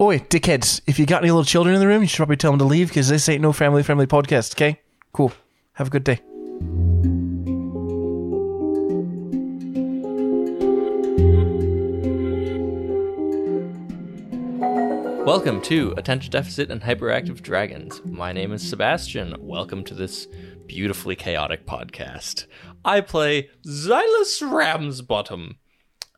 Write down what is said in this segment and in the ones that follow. Oi, dickheads, if you got any little children in the room, you should probably tell them to leave because this ain't no family friendly podcast, okay? Cool. Have a good day. Welcome to Attention Deficit and Hyperactive Dragons. My name is Sebastian. Welcome to this beautifully chaotic podcast. I play Xylus Ramsbottom,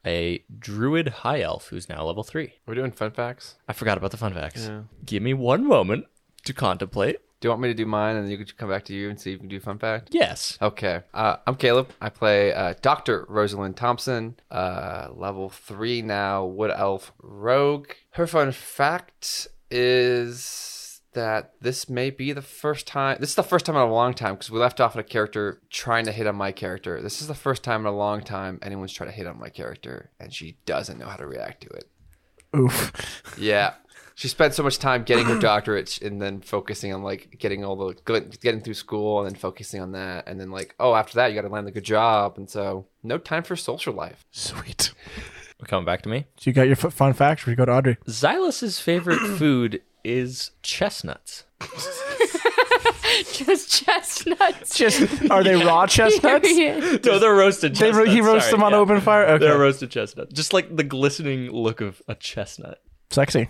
a druid high elf who's now level 3. Are we doing fun facts? I forgot about the fun facts. Give me one moment to contemplate. Do you want me to do mine and then you could come back to you and see if you can do fun fact? Yes. Okay. Uh, I'm Caleb. I play uh, Dr. Rosalind Thompson, uh, level three now, Wood Elf Rogue. Her fun fact is that this may be the first time. This is the first time in a long time because we left off at a character trying to hit on my character. This is the first time in a long time anyone's tried to hit on my character and she doesn't know how to react to it. Oof. Yeah. She spent so much time getting her doctorate and then focusing on like getting all the good, getting through school and then focusing on that. And then like, oh, after that, you got to land a good job. And so no time for social life. Sweet. Coming back to me. So you got your f- fun facts where you go to Audrey. Xylus's favorite food is chestnuts. Just chestnuts. Just are they raw chestnuts? Period. No, they're roasted They ro- chestnuts. he roasts Sorry, them on yeah. open fire. Okay, They're roasted chestnut. Just like the glistening look of a chestnut. sexy.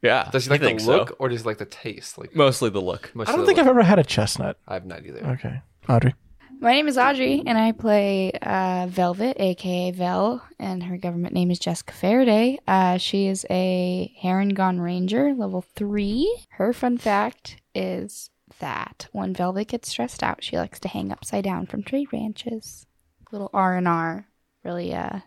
Yeah. Does he I like the think so. look or does he like the taste? Like, Mostly the look. most I of don't the think look. I've ever had a chestnut. I've, not either. Okay, Audrey. My name is Audrey, and I play uh, Velvet, aka Vel, and her government name is Jessica Faraday. Uh, she is a Harangon Ranger, level three. Her fun fact is that when Velvet gets stressed out, she likes to hang upside down from tree branches. Little R and R really uh,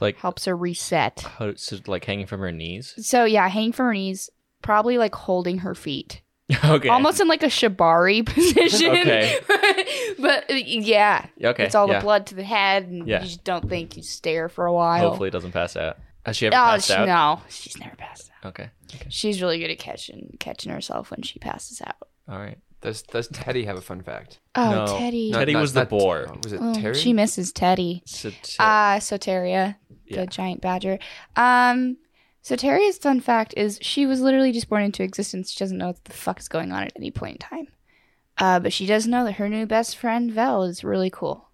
Like helps her reset. how so like hanging from her knees. So yeah, hanging from her knees, probably like holding her feet okay. almost in like a shibari position. Okay. but uh, yeah, Okay. it's all yeah. the blood to the head, and Yeah. you just don't think you stare for a while. Hopefully it doesn't pass out. Has she ever Oh passed she, out? no, she's never passed out. Okay. Okay. She's really good at catching catching herself when she passes out. All right. Does, does Teddy have a fun fact? Oh, No. Teddy. No, Teddy was the boar. oh, was it Oh, Terry? she misses Teddy. So t- Ah, Soteria, the Yeah. giant badger. Um, Soteria's fun fact is she was literally just born into existence. She doesn't know what the fuck is going on at any point in time. Uh, but she does know that her new best friend Vel is really cool.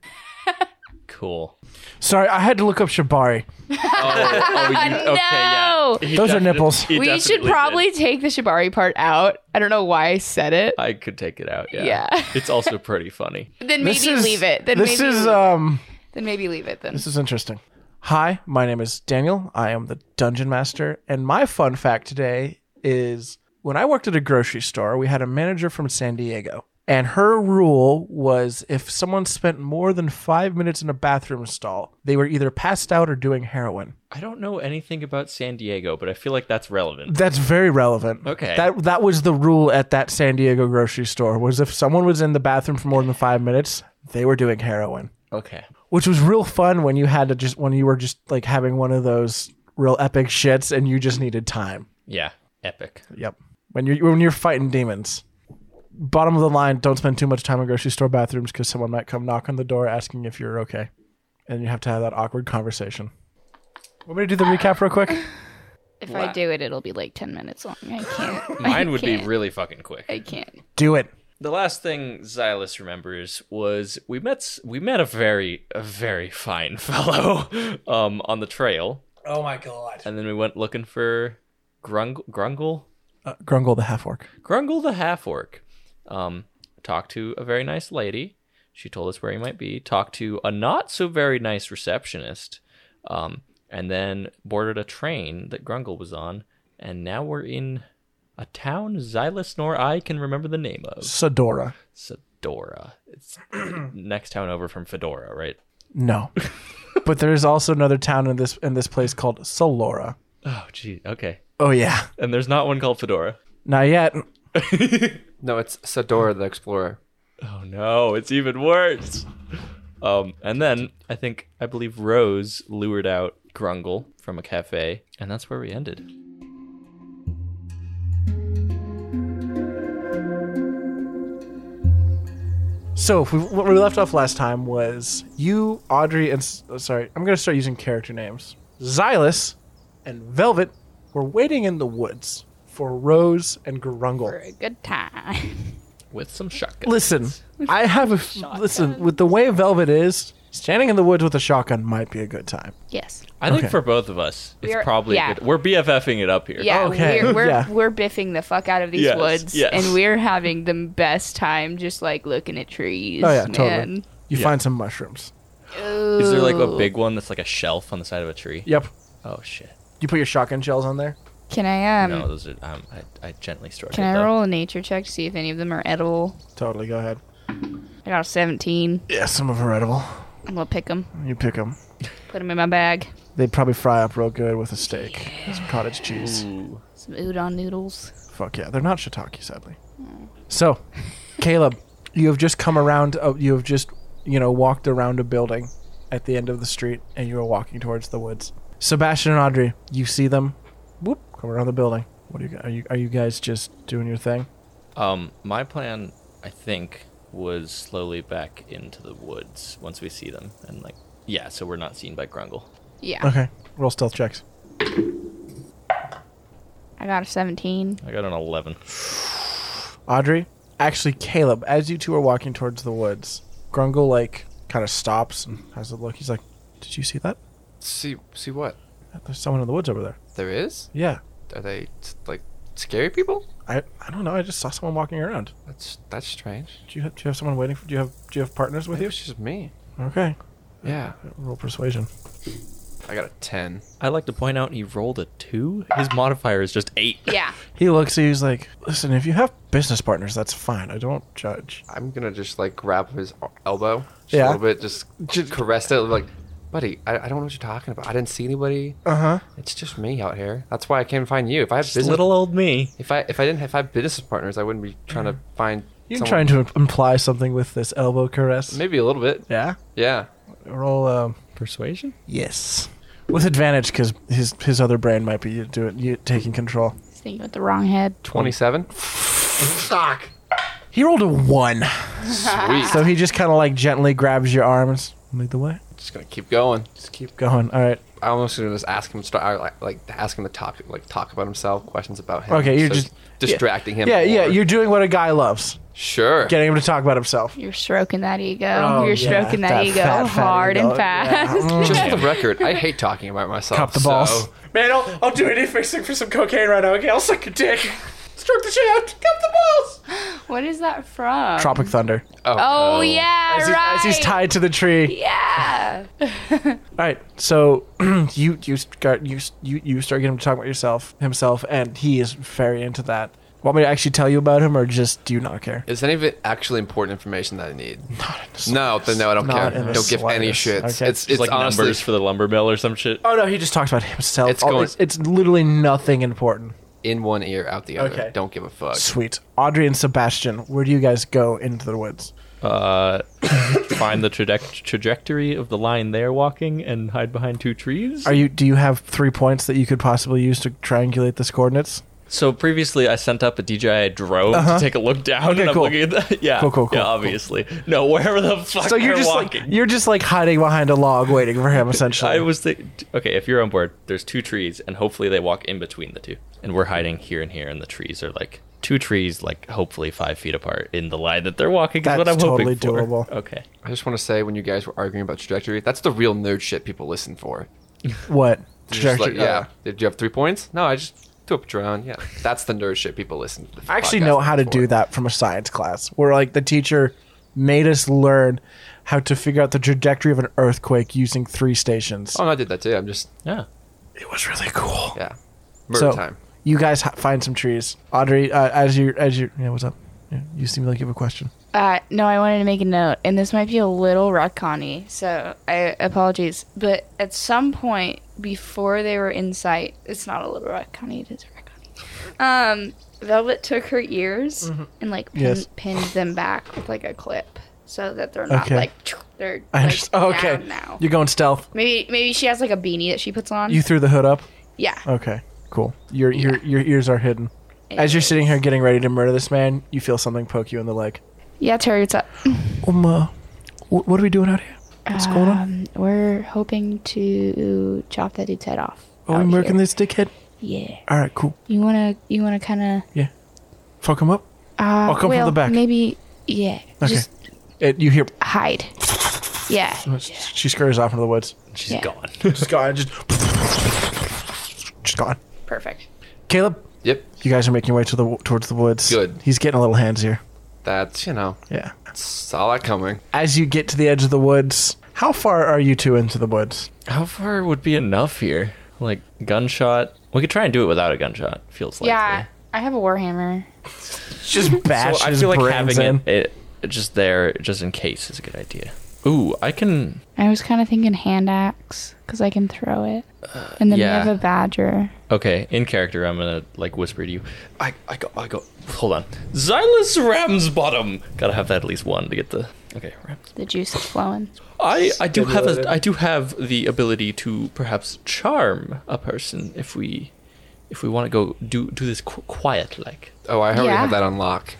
cool. Sorry, I had to look up shibari. Oh, oh, you- okay, yeah. no! He Those are definite- nipples. he we definitely should did. probably take the shibari part out. I don't know why I said it. I could take it out. Yeah. Yeah. it's also pretty funny. Then maybe leave it. Then this maybe is um. then maybe leave it. Then This is interesting. Hi, my name is Daniel. I am the dungeon master, and my fun fact today is when I worked at a grocery store, we had a manager from San Diego, and her rule was if someone spent more than 5 minutes in a bathroom stall, they were either passed out or doing heroin. I don't know anything about San Diego, but I feel like that's relevant. That's very relevant. Okay. That that was the rule at that San Diego grocery store was if someone was in the bathroom for more than 5 minutes, they were doing heroin. Okay. which was real fun when you had to just when you were just like having one of those real epic shits and you just needed time. Yeah. Epic. Yep. When you're when you're fighting demons. Bottom of the line, don't spend too much time in grocery store bathrooms because someone might come knock on the door asking if you're okay, and you have to have that awkward conversation. Want me to do the recap real quick? if I do it, it'll be like ten minutes long. I can't. Mine would be can't. really fucking quick. I can't. Do it. The last thing Xylus remembers was we met we met a very a very fine fellow um, on the trail, Oh my god. and then we went looking for Grungle Grungle Uh, Grungle the half orc. Grungle the half orc. Um, talked to a very nice lady. She told us where he might be. Talked to a not so very nice receptionist, um, and then boarded a train that Grungle was on, and now we're in a town Xylus nor I can remember the name of. Sedora. Sedora. It's next town over from Fedora, right? No. but there is also another town in this in this place called Solora. Oh, gee. Okay. Oh yeah. And there's not one called Fedora. Not yet. No, it's Sadora the Explorer. Oh no, it's even worse. Um, and then I think I believe Rose lured out Grungle from a cafe, and that's where we ended. So if we, what we left off last time was you, Audrey, and S- oh, sorry, I'm gonna start using character names. Xylus and Velvet We're waiting in the woods for Rose and Grungle. for a good time. with some shotguns. Listen, I have a f- listen with the way Velvet is. Standing in the woods with a shotgun might be a good time. yes. I think Okay. for both of us, it's We are- probably yeah. good. We're BFFing it up here. Yeah, Okay. we're we're, Yeah. we're biffing the fuck out of these Yes, woods, yes. and we're having the best time just like looking at trees. Oh yeah, man. totally. You Yeah. find some mushrooms. Is there like a Ooh. big one that's like a shelf on the side of a tree? Yep. Oh shit! You put your shotgun shells on there. Can I um? no, those are. Um, I, I gently struggled. can I though. roll a nature check to see if any of them are edible? Totally. Go ahead. I got a 17. Yeah, some of them are edible. I'm gonna pick them, You pick them. put them in my bag. They'd probably fry up real good with a steak, some cottage cheese. Ooh. Some udon noodles. Fuck yeah, they're not shiitake, sadly. So, Caleb, you have just come around. Uh, you have just, you know, walked around a building at the end of the street, and you are walking towards the woods. Sebastian and Audrey, you see them. Whoop! Come around the building. What are you? Are you? Are you guys just doing your thing? Um, my plan, I think, was slowly back into the woods once we see them, and like, yeah, so we're not seen by Grungle. Yeah. Okay. Roll stealth checks. I got a 17. I got an eleven. Audrey, actually, Caleb, as you two are walking towards the woods, Grungle like kind of stops and has a look. He's like, "Did you see that? See, see what There's someone in the woods over there." there is? Yeah. Are they like scary people? I, I don't know. I just saw someone walking around. That's that's strange. Do you have, do you have someone waiting for? Do you have do you have partners with Maybe you? it's just me. Okay. Yeah, Roll persuasion. I got a ten. I like to point out he rolled a two. His modifier is just eight. Yeah. He looks. He's like, listen. If you have business partners, that's fine. I don't judge. I'm gonna just like grab his ar- elbow, just Yeah. a little bit, just, caress it, like, buddy, I, I don't know what you're talking about. I didn't see anybody. Uh huh. It's just me out here. That's why I came to find you. If I had Just business, little old me. if I if I didn't have five business partners, I wouldn't be trying to Mm-hmm. find. You're someone- trying to im- imply something with this elbow caress. maybe a little bit. Yeah. Yeah, Roll. Um, Persuasion. yes. With advantage, because his his other brain might be doing you taking control. Just thinking with the wrong head. twenty-seven. He rolled a one, Sweet. so he just kind of like gently grabs your arms. Lead the way. just gonna keep going. Just keep going. All right. I almost gonna just ask him start like like ask him the topic, like talk about himself, questions about him. Okay, you're So just- distracting him. Yeah, yeah. more. You're doing what a guy loves. sure. Getting him to talk about himself. You're stroking that ego. Oh, You're yeah, stroking that, that ego fat, Mm. fat hard ego. and fast. just for the record, I hate talking about myself. Cop the so- balls. Man, I'll, I'll do anything for some cocaine right now. Okay, I'll suck your dick. Stroke the shit out. Cop the balls. What is that from? Tropic Thunder. Oh, oh, yeah, As, he- right. as he's tied to the tree. Yeah. All right, so you you start you you you start getting him to talk about yourself himself, and he is very into that. Want me to actually tell you about him, or just do you not care? Is any of it actually important information that I need? Not in the slightest. No, then no, I don't Not care. in the Don't give any slightest. shits. Okay. It's Just it's like honestly numbers for the lumber mill or some shit. Oh no, he just talks about himself. It's Oh, going- it's, it's literally nothing important. in one ear, out the other. Okay. Don't give a fuck. Sweet, Audrey and Sebastian, where do you guys go into the woods? Uh, find the traje- trajectory of the line they're walking and hide behind two trees. Are you do you have three points that you could possibly use to triangulate this coordinates? So previously, I sent up a DJI drone to take a look down, Uh-huh. Okay, and I'm cool. looking at that. Yeah, Cool, cool, cool, yeah, cool. obviously, no, wherever the fuck So you're they're just walking. like you're just like hiding behind a log waiting for him essentially. I was the okay. If you're on board, there's two trees, and hopefully they walk in between the two, and we're hiding here and here, and the trees are like two trees, like hopefully five feet apart in the line that they're walking. is what That's I'm hoping totally for. doable. Okay, I just want to say when you guys were arguing about trajectory, that's the real nerd shit people listen for. what? They're just Trajectory- oh, like, yeah. Did you have three points? No, I just threw up a drone. Yeah. That's the nerd shit people listen to. I actually know how to do that from a science class where like the teacher made us learn how to figure out the trajectory of an earthquake using three stations. Oh, no, I did that too. I'm just, yeah. It was really cool. yeah. Murder so time. you guys ha- find some trees. Audrey, uh, as you as you yeah, what's up? Yeah, you seem like you have a question. Uh, no, I wanted to make a note, and this might be a little retconny, so I apologies. But at some point before they were in sight, it's not a little retconny; it is retconny. Um, Velvet took her ears and like pin, Yes. pinned them back with like a clip, so that they're not Okay. like they're I like, understand. Oh, okay. down now. You're going stealth. Maybe maybe she has like a beanie that she puts on. You uh, threw the hood up. yeah. Okay, cool. Your your your ears are hidden. As you're Anyways. sitting here getting ready to murder this man, you feel something poke you in the leg. Yeah, Terry, what's up? Um, uh, wh- what are we doing out here? What's going on? Um, we're hoping to chop that dude's head off. Are out we murking here. this dickhead? Yeah. All right, cool. You wanna you wanna kind Fuck him up. of. Uh, I'll come from well, the back. Maybe. Yeah. Okay. Just And you hear uh, hide. Yeah. she scurries off into the woods. She's Yeah. gone. Just gone. Just, just gone. Perfect. Caleb, Yep. you guys are making your way to the towards the woods. Good. He's getting a little hands That's, you know, Yeah. saw that coming. As you get to the edge of the woods, how far are you two into the woods? How far would be enough here? Like gunshot. We could try and do it without a gunshot. Feels like. Yeah. I have a warhammer. Just bash I his feel like brains having in. it, it just there, just in case, is a good idea. Ooh, I can. I was kind of thinking hand axe because I can throw it. And then yeah. we have a badger. Okay, in character, I'm gonna like whisper to you. I, I got, I got. Hold on, Xylus Ramsbottom. Gotta have that at least one to get the. Okay, Rams. The juice is flowing. I, I do have Stimulated. a, I do have the ability to perhaps charm a person if we, if we want to go do do this qu- quiet like. Oh, I already Yeah. have that on lock.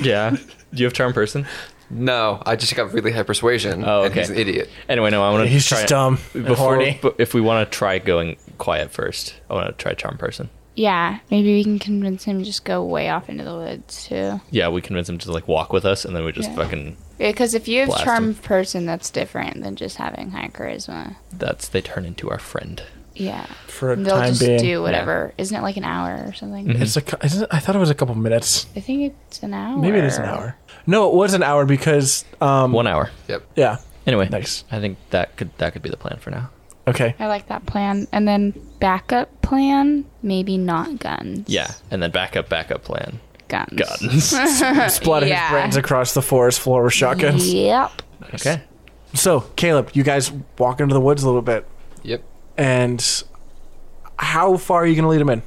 Yeah. do you have charm person? No, I just got really high persuasion. Oh, And okay. he's an idiot. Anyway, no, I want to. He's just dumb and horny. But if we want to try going quiet first, I want to try charm person. Yeah. Maybe we can convince him to just go way off into the woods too. Yeah, we convince him to like walk with us, and then we just Yeah. fucking. Because if you have Blast charm him. person, that's different than just having high charisma. That's they turn into our friend. Yeah. For a And They'll time just being. do whatever. Isn't it like an hour or something? It's a, cou- isn't it- I thought it was a couple minutes. I think it's an hour. Maybe it is an hour. No, it was an hour because, um, One hour. Yep. yeah. Anyway, Nice. I think that could that could be the plan for now. Okay. I like that plan. And then backup plan, maybe not guns. Yeah, and then backup backup plan. Guns. Guns. Splatting Yeah. his brains across the forest floor with shotguns. Yep. Uh, okay. So, Caleb, you guys walk into the woods a little bit, Yep. and how far are you going to lead him in?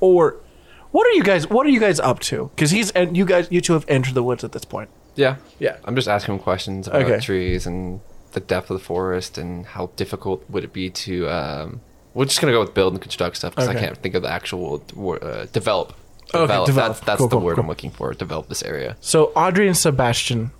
Or what are you guys? What are you guys up to? Because he's and you guys, you two have entered the woods at this point. Yeah. Yeah. I'm just asking him questions about Okay. trees and the depth of the forest and how difficult would it be to. Um, we're just gonna go with build and construct stuff because Okay. I can't think of the actual wor- uh, develop. Okay, develop. That's, that's Cool, the cool, word cool. I'm looking for. Develop this area. So, Audrey and Sebastian,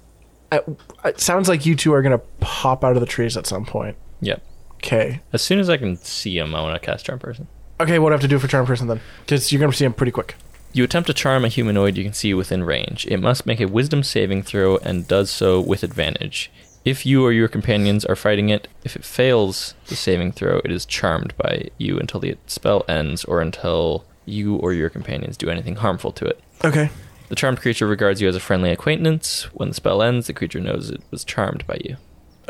I- it sounds like you two are going to pop out of the trees at some point. Yep. Okay. As soon as I can see him, I want to cast charm person. Okay. What do I have to do for charm person then? Because you're going to see him pretty quick. You attempt to charm a humanoid you can see within range. It must make a wisdom saving throw and does so with advantage. If you or your companions are fighting it, if it fails the saving throw, it is charmed by you until the spell ends or until you or your companions do anything harmful to it. Okay. The charmed creature regards you as a friendly acquaintance. When the spell ends, the creature knows it was charmed by you.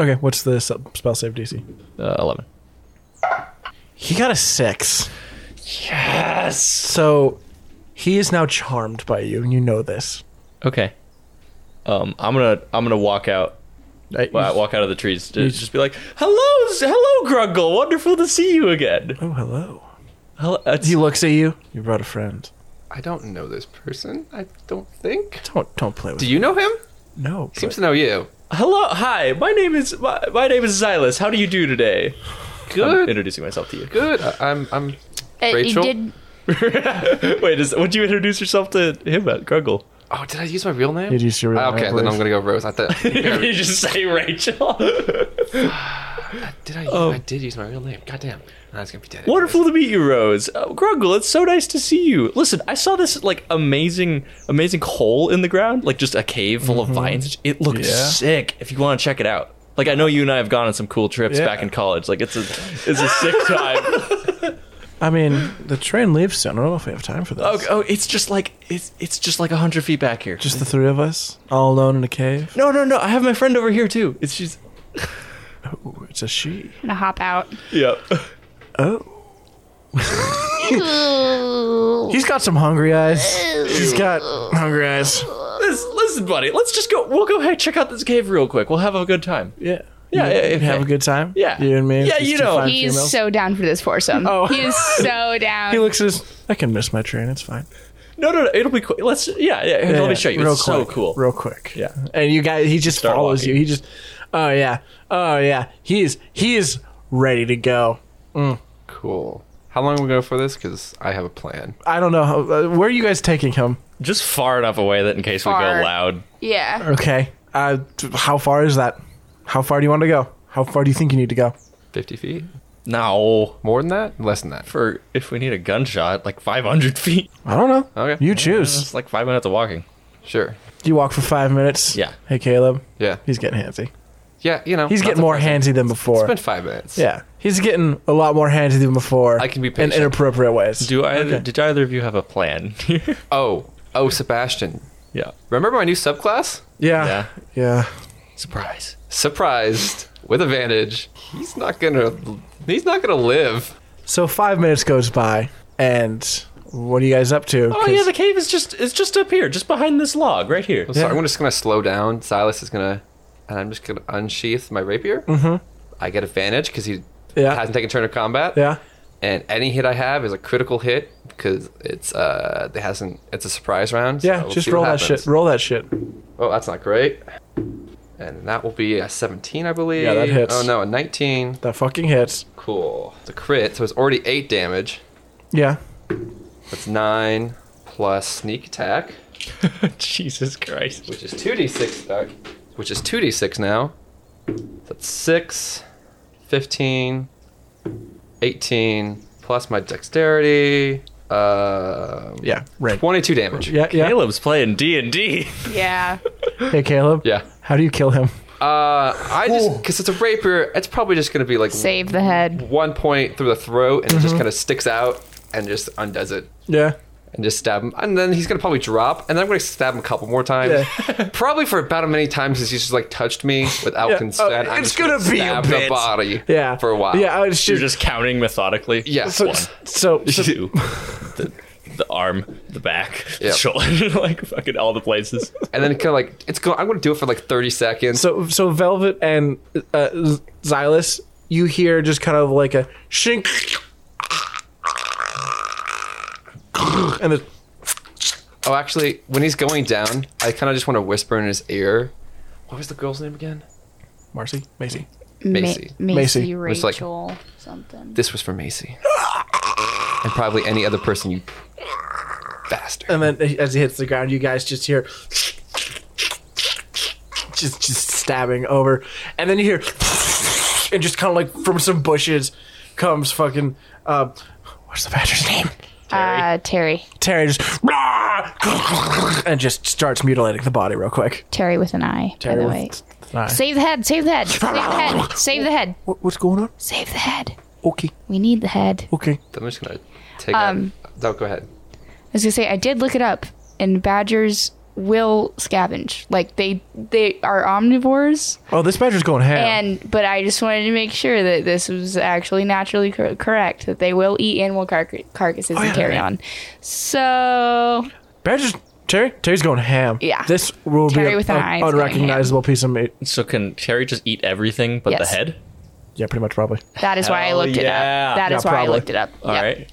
Okay. What's the sub- spell save DC? Uh, 11. He got a six. Yes. So he is now charmed by you, and you know this. Okay. Um, I'm gonna I'm gonna walk out I- wa- walk out of the trees to just be like, hello, s- hello, Gruggle, wonderful to see you again. Oh, hello. Hello, it's- He looks at you. You brought a friend. I don't know this person. I don't think. Don't don't play with. Do you know him? No. but- Seems to know you. hello, hi. My name is my, my name is Xylus. How do you do today? I'm Good. introducing myself to you. Good. I, I'm. I'm. Uh, you Rachel? did- Wait, is, would you introduce yourself to him at Gruggle? Oh, did I use my real name? Did you see your real Ah, name, okay, I then I'm believe. gonna go Rose. I thought. you just say Rachel. Did I? Oh. I did use my real name. Goddamn. I was gonna be dead. Wonderful to meet you, Rose. Uh, Gruggle, it's so nice to see you. Listen, I saw this like amazing, amazing hole in the ground, like just a cave full of vines. It looked Yeah. sick. If you want to check it out, like I know you and I have gone on some cool trips Yeah. back in college. Like it's a, it's a sick time. I mean, the train leaves soon. I don't know if we have time for this. Oh, oh, it's just like it's it's just like hundred feet back here. Just the three of us, all alone in a cave. no, no, no. I have my friend over here too. It's just Ooh, it's a she. I'm gonna hop out. yep. Oh. He's got some hungry eyes. He's got hungry eyes. Listen, listen, buddy. Let's just go. We'll go hey, check out this cave real quick. We'll have a good time. Yeah. Yeah, You yeah, can Have okay. a good time. Yeah. You and me. Yeah, these you two know. fine He's females. so down for this foursome. Oh. He is so down. He looks at us. I can miss my train. It's fine. No, no, no. It'll be quick. Let's yeah, yeah. here, Yeah, let yeah, me show you. Real it's quick, so cool. Real quick. Yeah. And you guys, he just Start follows walking. you. He just, oh yeah, oh yeah. He's he's ready to go. Cool. How long we go for this? Because I have a plan. I don't know how, uh, where are you guys taking him. Just far enough away that in case we Far. go loud. yeah. Okay. Uh, t- how far is that? How far do you want to go? How far do you think you need to go? Fifty feet. No. More than that? Less than that? For if we need a gunshot, like 500 feet. I don't know. Okay. You choose. It's like five minutes of walking. Sure. You walk for five minutes. Yeah. Hey, Caleb. Yeah. He's getting handsy. Yeah. You know. He's not getting more surprising. handsy than before. It's been five minutes. yeah. He's getting a lot more handsy than before. I can be in patient. inappropriate ways. Do either, Did either of you have a plan? Oh. Oh, Sebastian. yeah. Remember my new subclass? yeah. Yeah. Yeah. Surprise. Surprised with advantage. He's not gonna. He's not gonna live. So five minutes goes by, and what are you guys up to? Oh 'Cause- yeah, the cave is just it's just up here, just behind this log right here. So I'm just gonna slow down. Silas is gonna, and I'm just gonna unsheath my rapier. Mm-hmm. I get advantage because he Yeah. hasn't taken a turn of combat. yeah. And any hit I have is a critical hit because it's uh it hasn't it's a surprise round. so Yeah. we'll just see what roll that happens. shit. Roll that shit. Oh, that's not great. And that will be a 17, I believe. Yeah, that hits. Oh no, a 19. That fucking hits. Cool. It's a crit, so it's already eight damage. Yeah. That's nine plus sneak attack, Jesus Christ. which is 2d6. uh, Which is 2d6 now. That's six, 15, 18 plus my dexterity. Um, Yeah. Right. 22 damage. Yeah. Yeah. Caleb's playing D and D. Yeah. Hey, Caleb. Yeah. How do you kill him? Uh, I just because it's a rapier, it's probably just gonna be like Save the head. one point through the throat, and it Mm-hmm. just kind of sticks out and just undoes it, Yeah. and just stab him, and then he's gonna probably drop, and then I'm gonna stab him a couple more times, probably for about as many times as he's just like touched me without Yeah, uh, consent. I'm it's just gonna be a stab bit. the body, Yeah. for a while, Yeah. It's You're just, just counting methodically. yeah. so, one. so, so- Two. the, the arm, the back, Yeah. the shoulder, like fucking all the places. and then kind of like it's going. I'm gonna do it for like 30 seconds. so so Velvet and uh, Z- Xylus, you hear just kind of like a shink, and the, oh, actually, when he's going down, I kind of just want to whisper in his ear. What was the girl's name again? Marcy, Macy, Macy. Ma- Macy. Macy. It's like- Rachel. something. This was for Macy. and probably any other person you bastard. and then as he hits the ground, you guys just hear just just stabbing over, and then you hear and just kind of like from some bushes comes fucking uh, what's the badger's name? Uh, Terry. Terry just and just starts mutilating the body real quick. Terry with an eye, by Terry the with way. an eye. Save the head. Save the head. Save the head. Save the head. What, what's going on? Save the head. Okay, We need the head. okay. I'm just gonna take Um, out. No, go ahead. I was gonna say I did look it up, and badgers will scavenge. Like they they are omnivores, Oh, this badger's going ham. and but I just wanted to make sure that this was actually naturally cor- correct. That they will eat animal car- carcasses Oh, yeah, and carry right. on. So badger's Terry. Terry's going ham. Yeah. This will Terry be with an an eye is going unrecognizable piece of meat. So can Terry just eat everything but Yes. the head? Yeah, pretty much probably. that is why I Hell looked it yeah. up. That is Yeah, why probably. I looked it up. All right.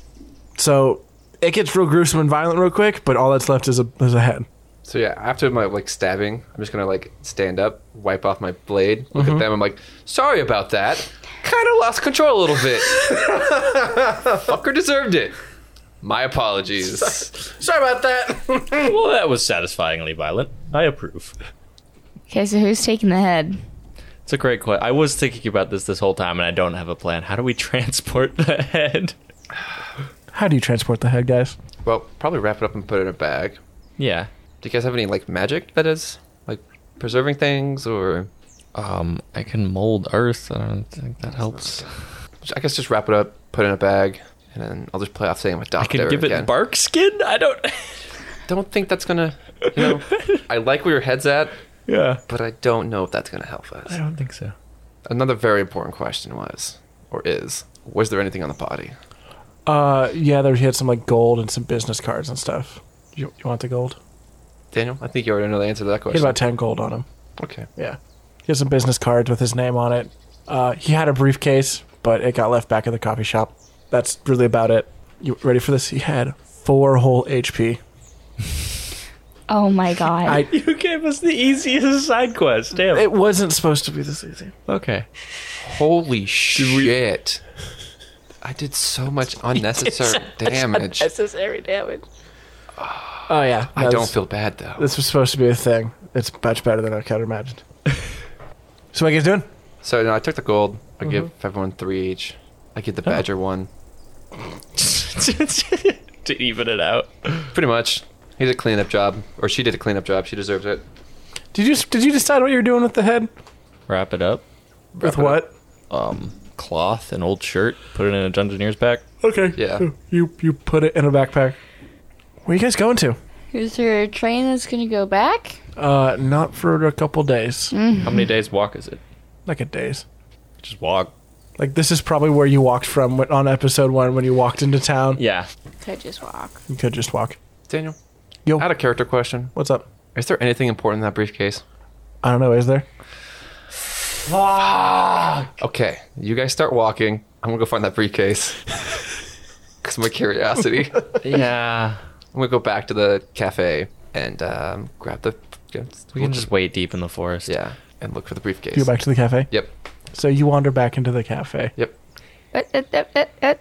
So it gets real gruesome and violent real quick, but all that's left is a is a head. So yeah, after my like stabbing, I'm just gonna like stand up, wipe off my blade, look at them. I'm like, sorry about that. Kind of lost control a little bit. Fucker deserved it. My apologies. Sorry about that. Well, that was satisfyingly violent. I approve. Okay, so who's taking the head? It's a great question. I was thinking about this this whole time, and I don't have a plan. How do we transport the head? How do you transport the head, guys? Well, probably wrap it up and put it in a bag. Do Yeah. you guys have any like magic that is like preserving things, or Um, I can mold earth. I don't think that helps. I guess just wrap it up, put it in a bag, and then I'll just play off saying my I doctor can give it again. bark skin. I don't. don't think that's gonna. You know, I like where your head's at, yeah. but I don't know if that's gonna help I us. don't think so. Another very important question was, or is, was there anything on the body? Uh, yeah, there he had some like gold and some business cards and stuff. You, you want the gold? Daniel, I think you already know the answer to that He had question. about ten gold on him. okay. Yeah. He had some business cards with his name on it. Uh, he had a briefcase, but it got left back at the coffee shop. That's really about it. You ready for this? He had four whole HP. Oh my god. I- You gave us the easiest side quest. Damn. It wasn't supposed to be this easy. okay. Holy shit! I did so much unnecessary damage. Necessary damage. Oh yeah, I No, don't this- feel bad though. This was supposed to be a thing. It's much better than I could have imagined. so what are you guys doing? Mm-hmm. So no, I took the gold. I give everyone three each. I get the Oh. badger one. to even it out. Pretty much. He did a cleanup job, or she did a cleanup job. She deserves it. Did you did you decide what you were doing with the head? Wrap it up. with what? Um, cloth, an old shirt. Put it in a Dungeoneer's back. Okay. Yeah. So You you put it in a backpack. Where you guys going to? Here's her train that's gonna go back. Uh, not for a couple days, Mm. How many days walk is it? like a days. Just walk. Like this is probably where you walked from when- on episode one when you walked into town. Yeah. Could just walk. You could just walk. Daniel, Yo, I had a character question. what's up? Is there anything important in that briefcase? I don't know. Is there? Okay, you guys start walking. I'm gonna go find that briefcase. Cause of my curiosity. I'm Yeah. gonna go back to the cafe and um, grab the. We can just wait deep in the forest. yeah, and look for the briefcase. You go back to the cafe. Yep, So you wander back into the cafe. yep. Uh, uh, uh, uh, uh.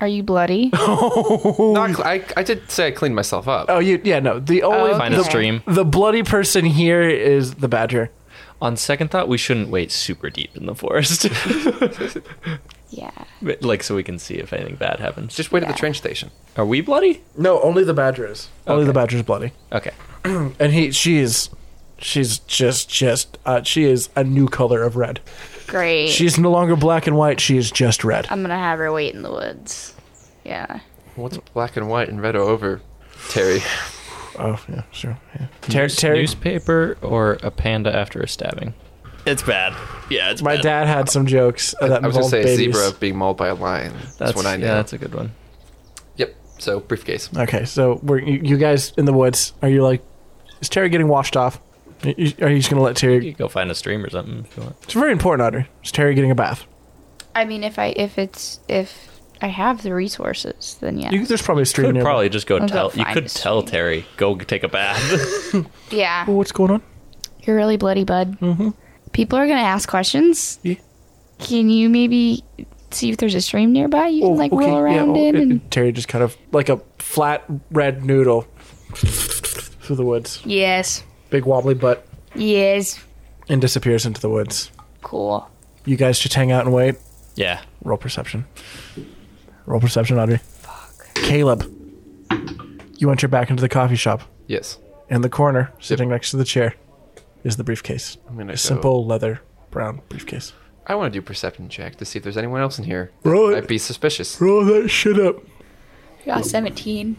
Are you bloody? No, I, cl- I, I did say I cleaned myself up. Oh, you yeah no. The only Find the, a stream. the bloody person here is the badger. On second thought, we shouldn't wait super deep in the forest, yeah. But, like so we can see if anything bad happens. Just Just wait at Yeah. the train station. are we bloody? No, only the badger is. Only the badger's bloody. Okay. And he she is she's just just uh, she is a new color of red. Great. She's no longer black and white, she is just red. Um, I'm gonna have her wait in the woods. Yeah. What's black and white and red all over, Terry? Oh, yeah, sure. Yeah. Ter- News- Terry newspaper or a panda after a stabbing? It's bad. Yeah, it's my bad. dad had some jokes that I was gonna involved say babies. zebra being mauled by a lion. That's, That's what I know. Yeah, that's a good one. Yep. So briefcase. Okay, so we're you, you guys in the woods. Are you like is Terry getting washed off? You- you- Are you just gonna let You Terry? can go find a stream or something if you want. It's very important, Otter. Is Terry getting a bath? I mean, if I if it's if I have the resources, then yeah. You, there's probably a You stream could near. probably just go I'll go tell. you find could a tell stream. Terry go take a bath. yeah. Oh, what's going on? You're really bloody, bud. Mm-hmm. People are gonna ask questions. Yeah. Can you maybe see if there's a stream nearby you can Oh, like okay, roll yeah, around oh, in? it- And... it- Terry just kind of like a flat red noodle through the woods, Yes. big wobbly butt, Yes. and disappears into the woods. Cool. You guys just hang out and wait. yeah. Roll perception. Roll perception, Audrey. Fuck. Caleb, you went your back into the coffee shop. Yes. In the corner, sitting next to the chair, is the briefcase. I'm gonna a go- simple leather brown briefcase. I want to do perception check to see if there's anyone else in here. Roll I'd be suspicious. Roll that shit up. Yeah, 17.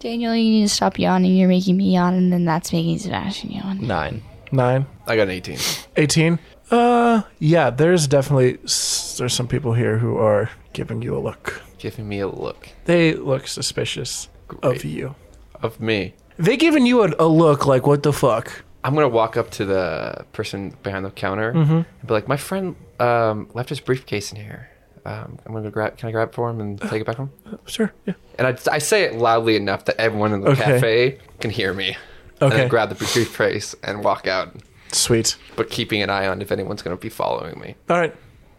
Daniel, you need to stop yawning. You're making me yawn, and then that's making Sebastian yawn. Nine. Nine. I got an 18. 18 uh yeah there's definitely s- there's some people here who are giving you a look Giving me a look they look suspicious of Great. you of me. they giving you a, a look like what the fuck I'm gonna walk up to the person behind the counter Mm-hmm. and be like, "My friend um, left his briefcase in here. Um, I'm gonna grab. Can I grab it for him and Uh, take it back home?" sure yeah And I, I say it loudly enough that everyone in the Okay. cafe can hear me. And Okay. then grab the briefcase and walk out, sweet but keeping an eye on if anyone's gonna be following me. all right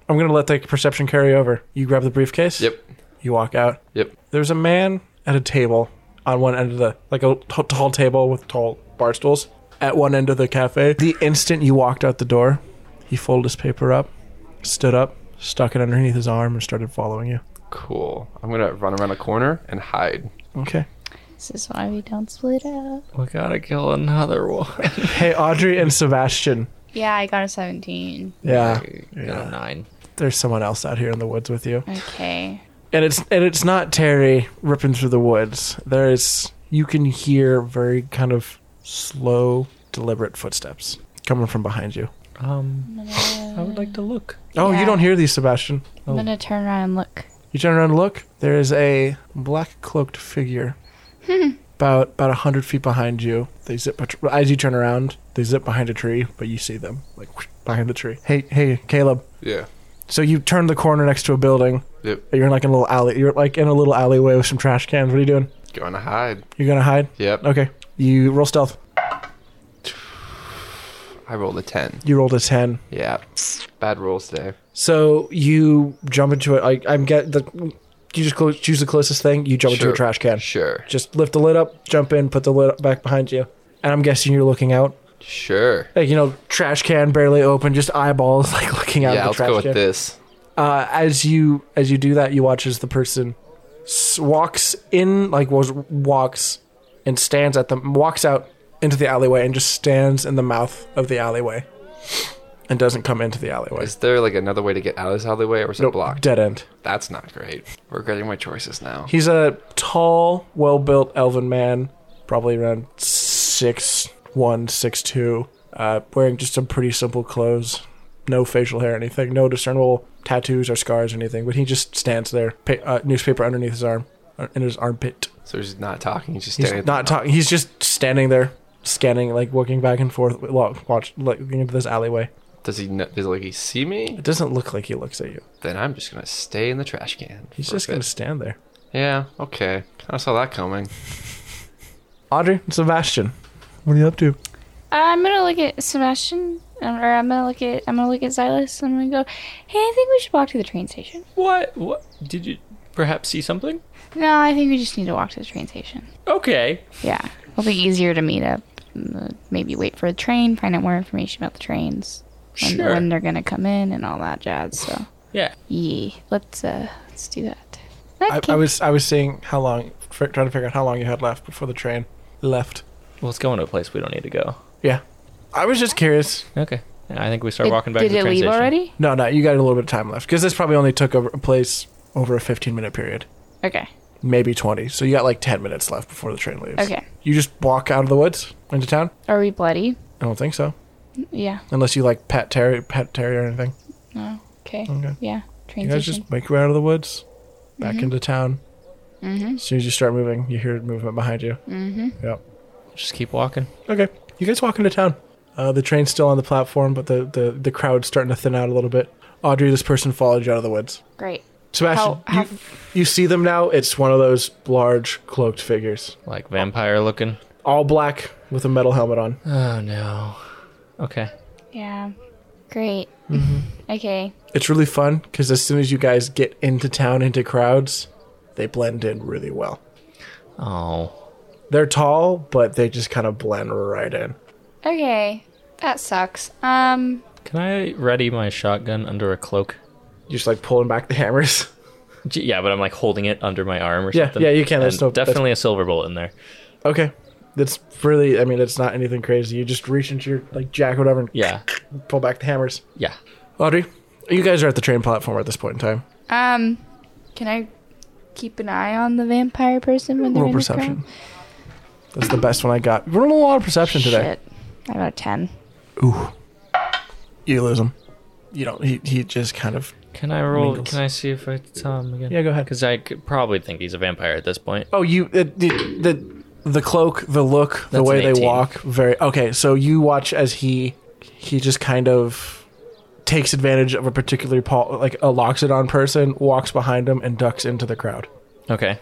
i'm gonna let that perception carry over you grab the briefcase Yep. you walk out Yep. there's a man at a table on one end of the like a t- tall table with tall bar stools at one end of the cafe the instant you walked out the door he folded his paper up stood up stuck it underneath his arm and started following you Cool. I'm gonna run around a corner and hide. okay This is why we don't split up. We gotta kill another one. hey audrey and sebastian Yeah, I got a 17. yeah Got a nine. there's someone else out here in the woods with you Okay. and it's and it's not terry ripping through the woods there is you can hear very kind of slow deliberate footsteps coming from behind you Um, I would like to look. oh Yeah. you don't hear these sebastian I'm gonna turn around and look. You turn around and look. There is a black cloaked figure, about about a hundred feet behind you. They zip a tr- as you turn around. They zip behind a tree, but you see them like whoosh, behind the tree. Hey, hey, Caleb. Yeah. So you turn the corner next to a building. Yep. You're in like a little alley. You're like in a little alleyway with some trash cans. What are you doing? Going to hide. You're gonna hide. Yep. Okay. You roll stealth. I rolled a 10. You rolled a ten. Yeah. Bad rolls today. So you jump into it. I, I'm get the. You just close, choose the closest thing. You jump into Sure. a trash can. Sure. Just lift the lid up, jump in, put the lid up back behind you. And I'm guessing you're looking out. Sure. Like, you know, trash can barely open, just eyeballs like looking out Yeah, of the let's trash go with can. this. Uh, as you as you do that, you watch as the person s- walks in, like was walks and stands at the walks out into the alleyway and just stands in the mouth of the alleyway and doesn't come into the alleyway. Is there like another way to get out of this alleyway, or is it blocked? Dead end. That's not great. Regretting my choices now. He's a tall, well built elven man, probably around six one, six two, uh, wearing just some pretty simple clothes. No facial hair, anything, no discernible tattoos or scars or anything, but he just stands there, pa- uh, newspaper underneath his arm, uh, in his armpit. So he's just not talking. He's just He's standing. not talking, he's just standing there, scanning, like walking back and forth, lo- watch, looking into this alleyway. does he? Know, does like he see me? It doesn't look like he looks at you. Then I'm just gonna stay in the trash can. He's for a just going bit. to stand there. Yeah. Okay. I saw that coming. Audrey and Sebastian, what are you up to? I'm gonna look at Sebastian, um, or I'm gonna look at I'm gonna look at Silas, and I'm gonna go, "Hey, I think we should walk to the train station." What? What? Did you perhaps see something? No, I think we just need to walk to the train station. Okay. Yeah, it'll be easier to meet up. mm, Maybe wait for a train, find out more information about the trains, when, Sure. when they're gonna come in, and all that jazz. So Yeah. yeah, let's uh, let's do that. I, Okay. I was I was seeing how long, fi- trying to figure out how long you had left before the train left. Well, it's going to a place we don't need to go. Yeah, I was just curious. Okay. I think we start Did- walking back Did to the it train leave station. already? No, no, you got a little bit of time left because this probably only took over a place over a fifteen minute period, Okay. maybe twenty. So you got like ten minutes left before the train leaves. Okay. You just walk out of the woods into town. Are we bloody? I don't think so, Yeah. unless you like pet Terry, pet Terry or anything. No. Okay. Okay. Yeah. Train You guys station. just make your way out of the woods, back into town. Mhm. As soon as you start moving, you hear movement behind you. Mhm. Yep. Just keep walking. Okay. You guys walk into town. Uh, the train's still on the platform, but the, the, the crowd's starting to thin out a little bit. Audrey, this person followed you out of the woods. Great. Sebastian, How- you, you see them now. It's one of those large cloaked figures, Like vampire looking. all black with a metal helmet on. Oh no. Okay. Yeah. Great. Mm-hmm. Okay. It's really fun because as soon as you guys get into town, into crowds, they blend in really well. Oh. They're tall, but they just kind of blend right in. Okay. That sucks. Um. Can I ready my shotgun under a cloak? You just like pulling back the hammers. J- Yeah, but I'm like holding it under my arm or Yeah, something. yeah, you can. There's And no- that's- definitely a silver bullet in there. okay. That's really, I mean, it's not anything crazy. You just reach into your like jack or whatever and Yeah. pull back the hammers. Yeah. Audrey, you guys are at the train platform at this point in time. Um. Can I keep an eye on the vampire person when they're Roll in perception. That's the best one I got. We're rolling a lot of perception the crowd? today. Shit. I got a ten. You lose him. You don't. He, he just kind of. Can I roll? Mingles. Can I see if I saw him again? Yeah, go ahead. Because I could probably think he's a vampire at this point. Oh, you it, the the the cloak, the look, the That's way an they 18. walk. Very okay. So you watch as he he just kind of takes advantage of a particular Paul like a Loxodon person walks behind him and ducks into the crowd. Okay.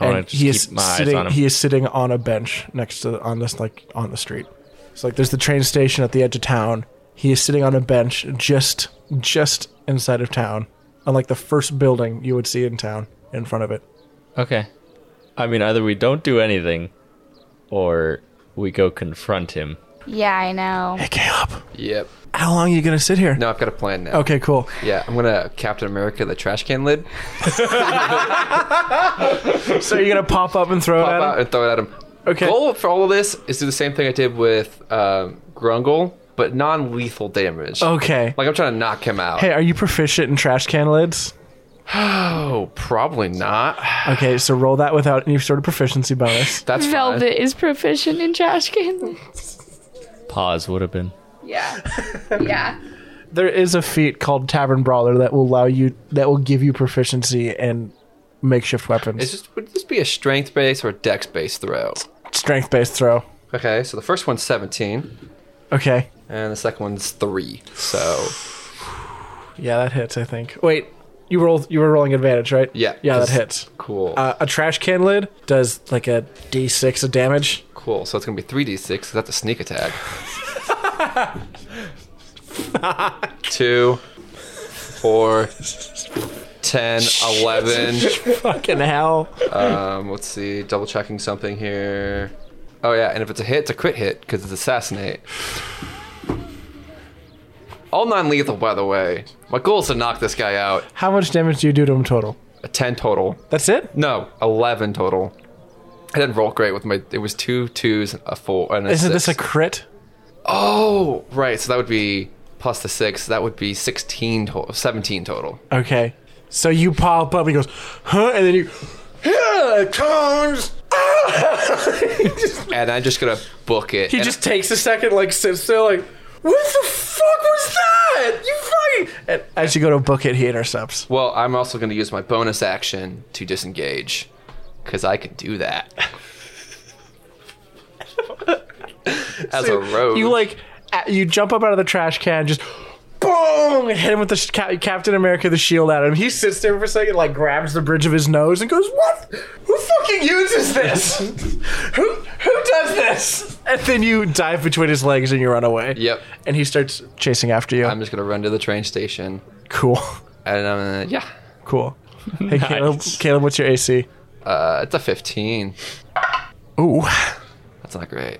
I and want to he is just keep my sitting. eyes on him. He is sitting on a bench next to on this like on the street. It's like there's the train station at the edge of town. He is sitting on a bench just just inside of town, on like the first building you would see in town in front of it. Okay. I mean, either we don't do anything, or we go confront him. Yeah, I know. Hey Caleb, Yep. how long are you gonna sit here? No, I've got a plan now. Okay, cool. Yeah, I'm gonna Captain America the trash can lid, So you're gonna pop up and throw it pop at him? out and throw it at him. Okay. Goal for all of this is do the same thing I did with um, Grungle, but non-lethal damage. Okay. Like I'm trying to knock him out. Oh. Hey, are you proficient in trash can lids? Oh, probably not. Okay, so roll that without any sort of proficiency bonus. That's fine. Velvet is proficient in trash cans. Pause would have been. Yeah. yeah. there is a feat called Tavern Brawler that will allow you that will give you proficiency in makeshift weapons. It's just would this be a strength based or a dex based throw? Strength based throw. Okay, so the first one's 17, Okay. and the second one's three. So Yeah, that hits. I think. Wait, you rolled. You were rolling advantage, right? Yeah, Yeah, that 'cause- hits. cool, Uh, a trash can lid does like a d6 of damage. cool. So it's gonna be 3d6. So that's a sneak attack. Two, four, 10, 11. Fucking hell. Um, let's see, double checking something here. Oh yeah, and if it's a hit, it's a crit hit because it's assassinate. All non lethal, by the way. My goal is to knock this guy out. How much damage do you do to him total? A 10 total. That's it? No, 11 total. I didn't roll great with my. It was two twos, a four, and a Isn't six. this a crit? Oh, right. So that would be plus the six. That would be 16 total, 17 total. Okay. So you pop up, he goes, huh? And then you, here it comes. And I'm just going to book it. He And- just takes a second, like sits there, like, what the fuck was that? You fucking. And as you go to book it, he intercepts. Well, I'm also going to use my bonus action to disengage because I can do that. As a rogue. You like, a- you jump up out of the trash can, just boom, and hit him with the sh- Cap- Captain America the shield at him. He sits there for a second, like grabs the bridge of his nose and goes, "What? Who fucking uses this? who who does this?" And then you dive between his legs and you run away. Yep. And he starts chasing after you. I'm just going to run to the train station. cool, And uh, yeah, cool. Hey, Caleb, Caleb, what's your AC? uh, it's a 15. Ooh, That's not great.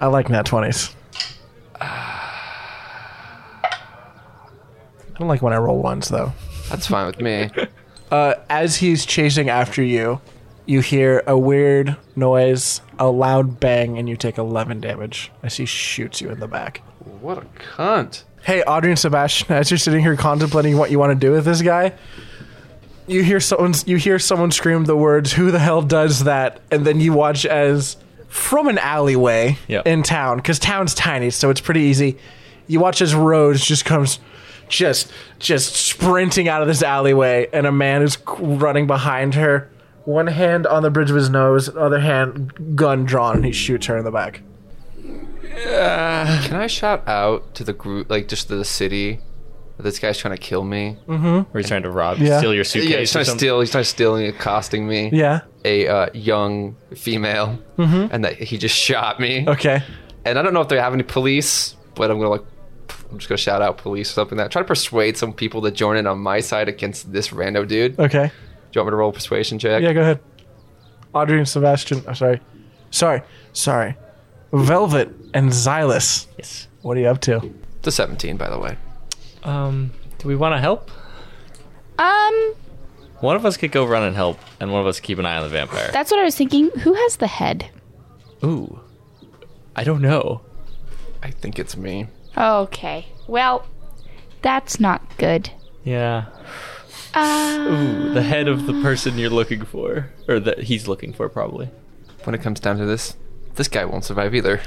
I like nat twenties. I don't like when I roll ones though. That's fine with me. as he's chasing after you, you hear a weird noise, a loud bang, and you take 11 damage as he shoots you in the back. What a cunt. Hey, Audrey and Sebastian, as you're sitting here contemplating what you want to do with this guy, you hear someone you hear someone scream the words "Who the hell does that?" and then you watch as from an alleyway Yep. in town because town's tiny, so it's pretty easy. You watch as Rhodes just comes, just just sprinting out of this alleyway, and a man is running behind her, one hand on the bridge of his nose, other hand gun drawn, and he shoots her in the back. Can I shout out to the group, like just to the city? that This guy's trying to kill me. Were you trying to rob, Mm-hmm. Yeah. steal your suitcase? Yeah, he's or trying to something? steal. He's trying to steal and accosting me. Yeah. Mm-hmm. A uh, young female, and that he just shot me. Okay. and I don't know if they have any police, but I'm gonna like, I'm just gonna shout out police or something. That try to persuade some people to join in on my side against this rando dude. Do Okay. you want me to roll a persuasion check? Yeah, go ahead. Audrey and Sebastian. I'm sorry. Sorry. Sorry. Velvet and Xylus. Yes. What are you up to? It's a 17, by the way. Um, do we want to help? Um, One of us could go run and help, and one of us keep an eye on the vampire. that's what I was thinking. Who has the head? Ooh, I don't know. I think it's me. Okay. Well, that's not good. Yeah. Uh, Ooh, the head of the person you're looking for, or that he's looking for, probably. When it comes down to this, this guy won't survive either.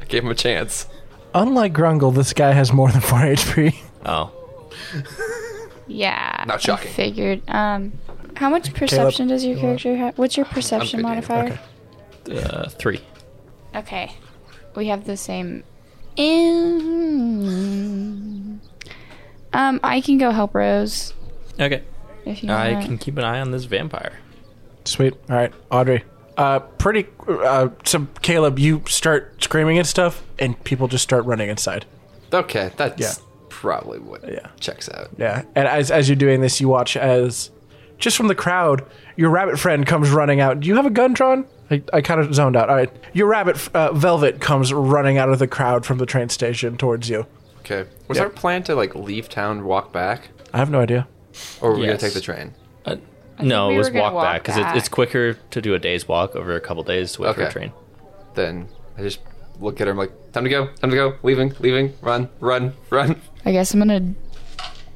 I gave him a chance. Unlike Grungle, this guy has more than 4 HP. Oh, yeah. Not shocking. I figured. Um, how much perception does your character have? What's your perception good, Daniel. modifier? uh, three. Okay. We have the same. Um, um, I can go help Rose Okay. if you I want. can keep an eye on this vampire. Sweet. All right, Audrey. Uh, pretty. Uh, so Caleb, you start screaming and stuff, and people just start running inside. Okay, that's Yeah. probably what Yeah. checks out. Yeah, and as as you're doing this, you watch as just from the crowd, your rabbit friend comes running out. Do you have a gun drawn? I, I kind of zoned out. All right, your rabbit uh, Velvet comes running out of the crowd from the train station towards you. Okay. Was Yeah. our plan to like leave town, walk back, I have no idea. or were we gonna Yes. take the train? Uh, no, we it was were gonna walk, walk back because back. it, it's quicker to do a day's walk over a couple days to wait for Okay. a train. Then I just look at her. I'm like, time to go, time to go, leaving, leaving, run, run, run. I guess I'm gonna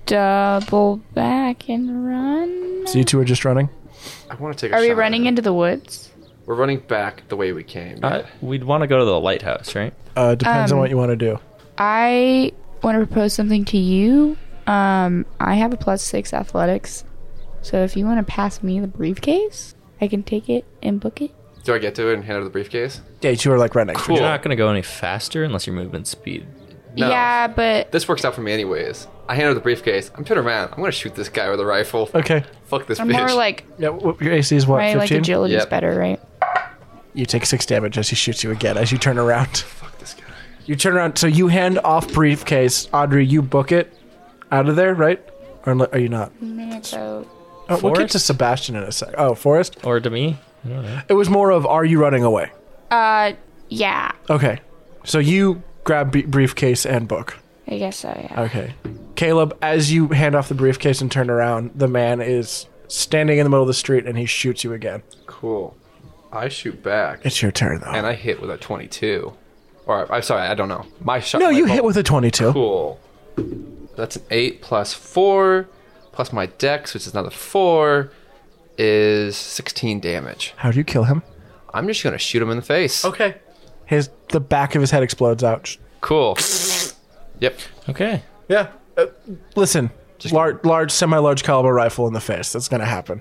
double back and run. So you two are just running. I want to take. a Are we shot at running her. into the woods? We're running back the way we came. Uh, we'd want to go to the lighthouse, right? Uh, depends on Um, what you want to do. I want to propose something to you. Um, I have a plus six athletics, so if you want to pass me the briefcase, I can take it and book it. Do I get to it and hand her the briefcase? Yeah, you two are like right next. to each You're other. not going to go any faster unless your movement speed. No. Yeah, but This works out for me anyways. I hand her the briefcase. I'm turning around. I'm gonna shoot this guy with a rifle. Okay. Fuck this I'm bitch. more like Yeah, wh- your AC is what? my like Fifteen. agility's Yep. better, right? you take six damage as he shoots you again. As you turn around, Fuck this guy. you turn around. So you hand off briefcase. Audrey, you book it out of there, right? Or unle- are you not? So Oh, we'll get to Forrest? Sebastian in a sec. Oh, Forrest. Or to me? It was more of, are you running away? uh, yeah, Okay. So you grab b- briefcase and book. I guess so, yeah. Okay. Caleb, as you hand off the briefcase and turn around, the man is standing in the middle of the street and he shoots you again. Cool. I shoot back, It's your turn, though. and I hit with a 22. Or I'm sorry, I don't know. My shot. no, my you ball- hit with a 22. Cool. That's an eight plus four, plus my dex, which is another four, is 16 damage. How do you kill him? I'm just gonna shoot him in the face. Okay. His the back of his head explodes out. Cool. Yep. Okay. Yeah. Uh, listen, large, large, semi-large caliber rifle in the face. That's gonna happen.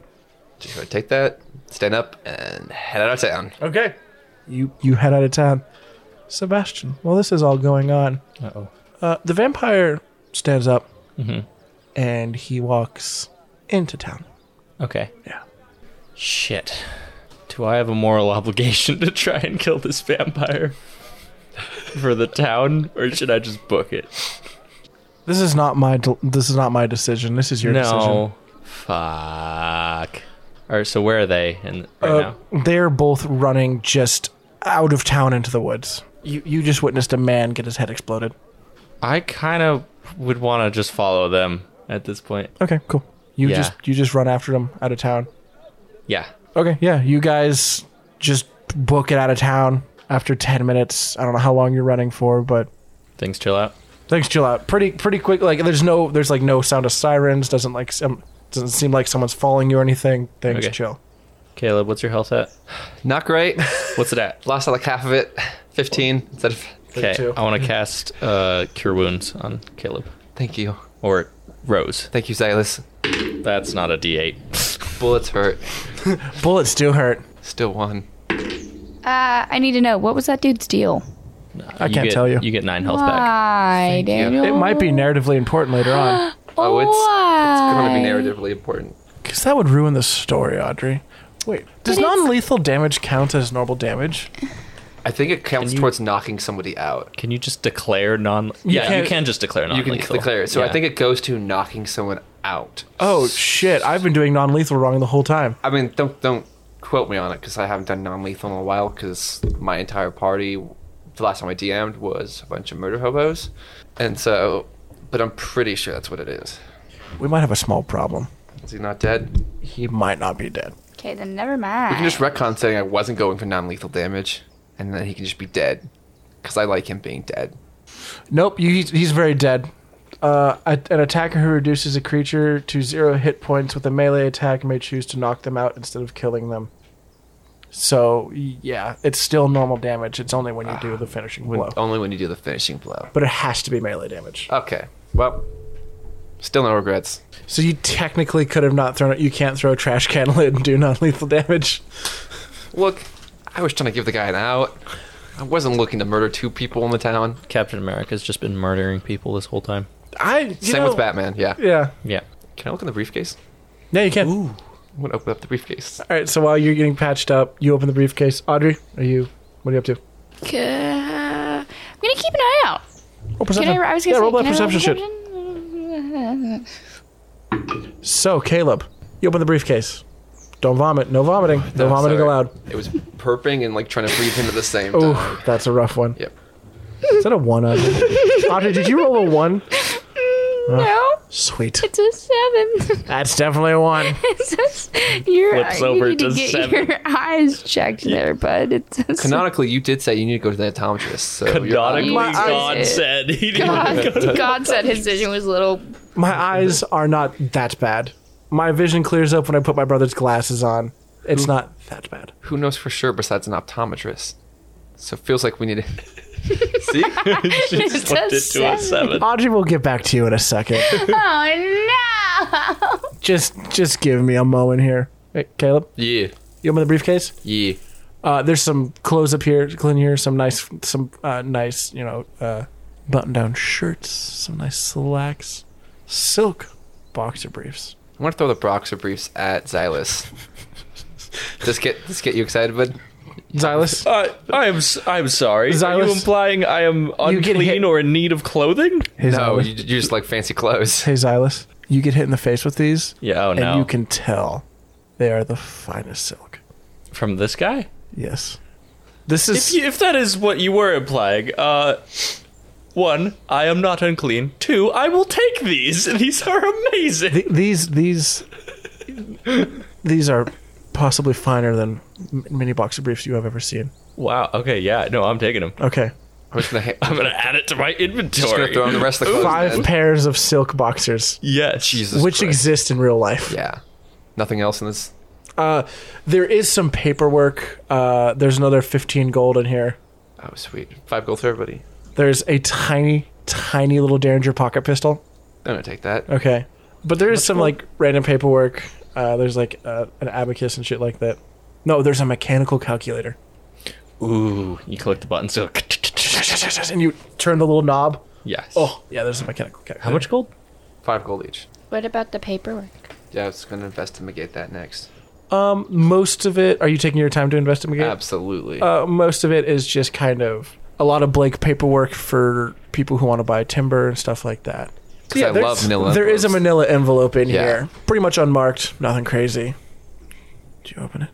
Just gonna take that, stand up, and head out of town. Okay. You you head out of town, Sebastian. While this is all going on, Uh oh. uh, the vampire stands up, Mm-hmm. and he walks into town. Okay. Yeah. Shit. Do I have a moral obligation to try and kill this vampire for the town, or should I just book it? This is not my del- this is not my decision. This is your decision. no. Fuck. All right. So where are they? And right Uh, now. They're both running just out of town into the woods. You you just witnessed a man get his head exploded. I kind of would want to just follow them at this point. Okay, cool. You Yeah. just you just run after them out of town. Yeah. Okay, yeah. You guys just book it out of town after ten minutes. I don't know how long you're running for, but Things chill out. things chill out pretty pretty quick. Like there's no there's like no sound of sirens. Doesn't like some doesn't seem like someone's following you or anything. Things Okay. chill. Caleb, what's your health at? Not great. What's it at? Lost like half of it. 15 instead of. Okay. 32. I want to cast uh, Cure Wounds on Caleb Thank you. or Rose. Thank you, Silas. That's not a D8. Bullets hurt. Bullets do hurt. Still one. Uh, I need to know what was that dude's deal? I can't get- tell you. You get nine health back. Why, you. Daniel? It might be narratively important later on Oh, it's, it's going to Why? be narratively important. because that would ruin the story, Audrey. Wait, does But it's- non-lethal damage count as normal damage? I think it counts you- towards knocking somebody out. Can you just declare non? yeah, can't- you can just declare non. You can declare it. So I think it goes to knocking someone out. Oh shit! I've been doing non-lethal wrong the whole time. I mean, don't don't quote me on it because I haven't done non-lethal in a while because my entire party, the last time I DM'd was a bunch of murder hobos, and so, but I'm pretty sure that's what it is. We might have a small problem. Is he not dead? He might not be dead. Okay, then never mind. We can just retcon saying I wasn't going for non-lethal damage, and then he can just be dead because I like him being dead. Nope, you, he's, he's very dead. Uh, a- an attacker who reduces a creature to zero hit points with a melee attack may choose to knock them out instead of killing them. So y- yeah, it's still normal damage. It's only Ah, when you do the finishing When, blow, Only when you do the finishing blow. but it has to be melee damage. Okay. Well, still no regrets. So you technically could have not thrown it. You can't throw a trash can lid and do non-lethal damage. Look, I was trying to give the guy an out. I wasn't looking to murder two people in the town. Captain America's just been murdering people this whole time. I you Same know- with Batman. Yeah. Yeah, Yeah. Can I look in the briefcase? yeah, you can. I'm gonna open up the briefcase. All right. So while you're getting patched up, you open the briefcase. Audrey, are you? What are you up to? Uh, I'm gonna keep an eye out. Roll Oh, perception. Can I, I was gonna yeah, say, roll that can I roll perception shit. perception? So, Caleb, you open the briefcase. Don't vomit. No vomiting. No, Oh, No, vomiting sorry. allowed. It was burping and like trying to breathe into the same time. Oh, that's a rough one. Yep. Is that a one? on you? Audrey, did you roll a one? No, Sweet. it's a seven. That's definitely a one. It's a s- your, Flips you over need to to get seven. your eyes checked there, bud. It's a s- Canonically, you did say you need to go to the optometrist. So you're- Canonically, My eyes- God said he didn't God, God said his vision was little. My eyes are not that bad. My vision clears up when I put my brother's glasses on. It's not that bad. who knows for sure besides an optometrist? So it feels like we need to. See? It's flipped a it to a seven. seven. Audrey, we'll get back to you in a second. Oh no! just, just give me a moment here. Hey, Caleb, Yeah. you open the briefcase. Yeah. Uh, there's some clothes up here, clean here. Some nice, some uh, nice, you know, uh, button-down shirts, some nice slacks, silk boxer briefs. I want to throw the boxer briefs at Xylus. Just get, just get you excited, bud. Xylus, Uh, I am. s- I'm sorry. Are you Xylus. implying I am You get hit- unclean or in need of clothing? hey No, Xylus, you, you just like fancy clothes. hey Xylus, you get hit in the face with these, Yeah. Oh and no. you can tell they are the finest silk. From this guy. Yes, this If, is you, if that is what you were implying, uh, One, I am not unclean. Two, I will take these. These are amazing. Th- these these these are possibly finer than m- many boxer briefs you have ever seen. Wow. Okay. Yeah. No, I'm taking them. Okay, I'm just gonna, ha- I'm gonna add it to my just inventory. gonna throw him the rest of the clothes. five in. pairs of silk boxers, Yes. Jesus which Christ. exist in real life. yeah, nothing else in this. Uh, there is some paperwork. Uh, there's another 15 gold in here. Oh sweet, five gold for everybody. There's a tiny, tiny little Derringer pocket pistol. I'm gonna take that. Okay, but there is some like random paperwork. Uh, there's like uh, an abacus and shit like that. No, there's a mechanical calculator, Ooh. You click the button. So. and you turn the little knob. Yes. Oh, yeah, there's a mechanical calculator. How much gold? Five gold each. What about the paperwork? Yeah, I was gonna investigate that next. Um, most of it. Are you taking your time to investigate? Absolutely. Uh, most of it is just kind of a lot of Blake paperwork for people who want to buy timber and stuff like that. 'Cause I there's- love Manila There is a envelopes. Manila envelope in Yeah. here, pretty much unmarked, nothing crazy. Do you open it?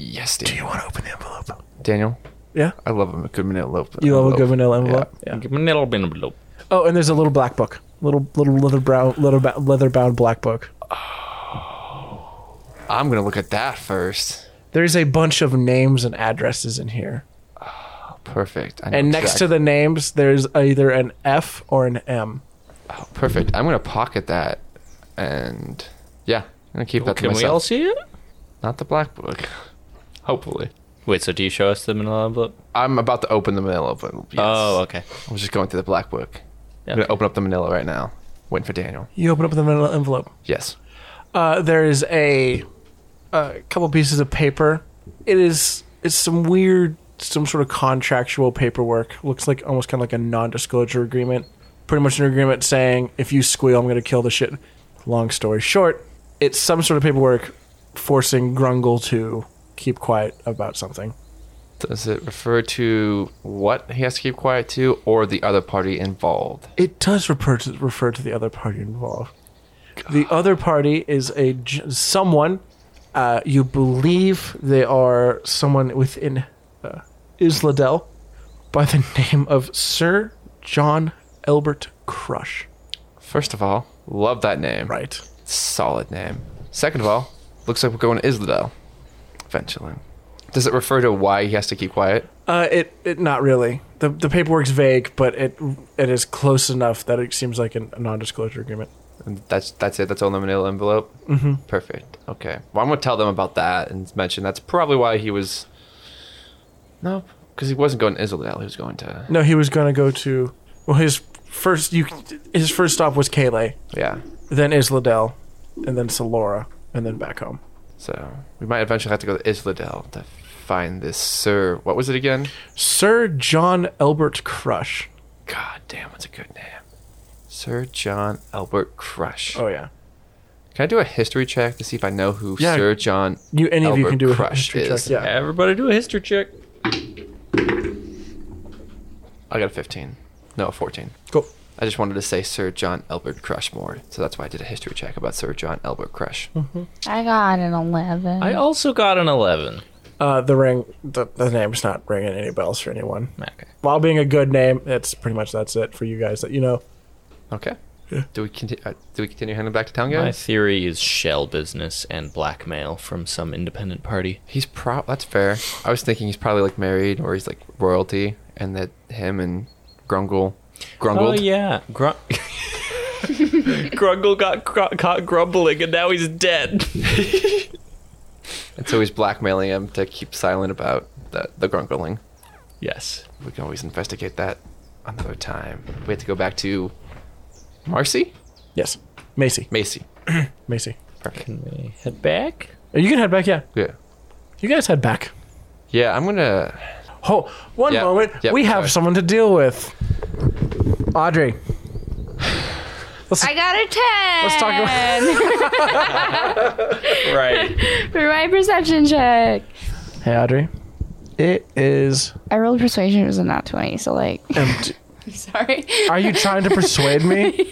yes, Daniel. You want to open the envelope? Daniel. Yeah. I love a good Manila envelope. You love a good Manila envelope. Yeah. Give me a little bit of blue. Oh, and there's a little black book, little little leather brown, leather ba- leather bound black book. I'm gonna look at that first. There's a bunch of names and addresses in here, Perfect. I know and next to the names, there's either an F or an M. exact- perfect. I'm gonna pocket that, and yeah, I'm gonna keep that to Can myself. we all see it? Not the black book. Hopefully, Wait. So do you show us the manila envelope? I'm about to open the Manila envelope. Yes. Oh. Okay. I was just going through the black book. I'm gonna Okay. open up the Manila right now. Waiting for Daniel. You open up the manila envelope. Yes. Uh, there is a, a couple pieces of paper. It is it's some weird, some sort of contractual paperwork. Looks like almost kind of like a non-disclosure agreement. Pretty much an agreement saying if you squeal, I'm going to kill the shit. Long story short, it's some sort of paperwork forcing Grungle to keep quiet about something. Does it refer to what he has to keep quiet to, or the other party involved? It does refer to, refer to the other party involved. The other party is a g- someone uh, you believe they are someone within uh, Isladel by the name of Sir John Elbert Crush. First of all, love that name. Right. Solid name. Second of all, looks like we're going to Isladel. Eventually. Does it refer to why he has to keep quiet? Uh, it, it not really. The the paperwork's vague, but it it is close enough that it seems like an- a non-disclosure agreement. And that's that's it. That's on the manila envelope. Mm-hmm. Perfect. Okay. Well, I'm gonna tell them about that and mention that's probably why he was. No, because he wasn't going to Isladel. He was going to No, he was going to go to well his first you his first stop was Kayleigh. yeah. then Isladel, and then Solora, and then back home. So we might eventually have to go to Isladel to find this Sir. What was it again? Sir John Elbert Crush. God damn, that's a good name. Sir John Albert Crush. Oh yeah, Can I do a history check to see if I know who Yeah. Sir John? you any of you Elbert can do a Crush history check. is- Yeah, Uh, Everybody do a history check. I got a 15. No, a 14. cool. I just wanted to say Sir John Albert Crush more, so that's why I did a history check about Sir John Albert Crush. Hmm. I got an 11. I also got an eleven. Uh, the ring, the, the name's not ringing any bells for anyone. Okay. While being a good name, it's pretty much that's it for you guys that you know. Okay. Do we continue? Uh, do we continue handing back to town, guys? My theory is shell business and blackmail from some independent party. He's pro. That's fair. I was thinking he's probably like married or he's like royalty, and that him and Grungle, Grungled. Oh yeah, Gr- Grungle got gr- caught grumbling and now he's dead. And so he's blackmailing him to keep silent about the, the grunkling. yes. We can always investigate that another time. We have to go back to Marcy? Yes, Macy, Macy. Macy. Can we head back? Uh, You can head back. Yeah, Yeah. you guys head back. Yeah, I'm gonna. Oh, one Yeah, moment. yeah, we have sorry. someone to deal with. Audrey. I got a 10. Let's talk about- Right. For my perception check. Hey, Audrey. It is I rolled persuasion, it was a not 20, so like, empty. I'm sorry. Are you trying to persuade me?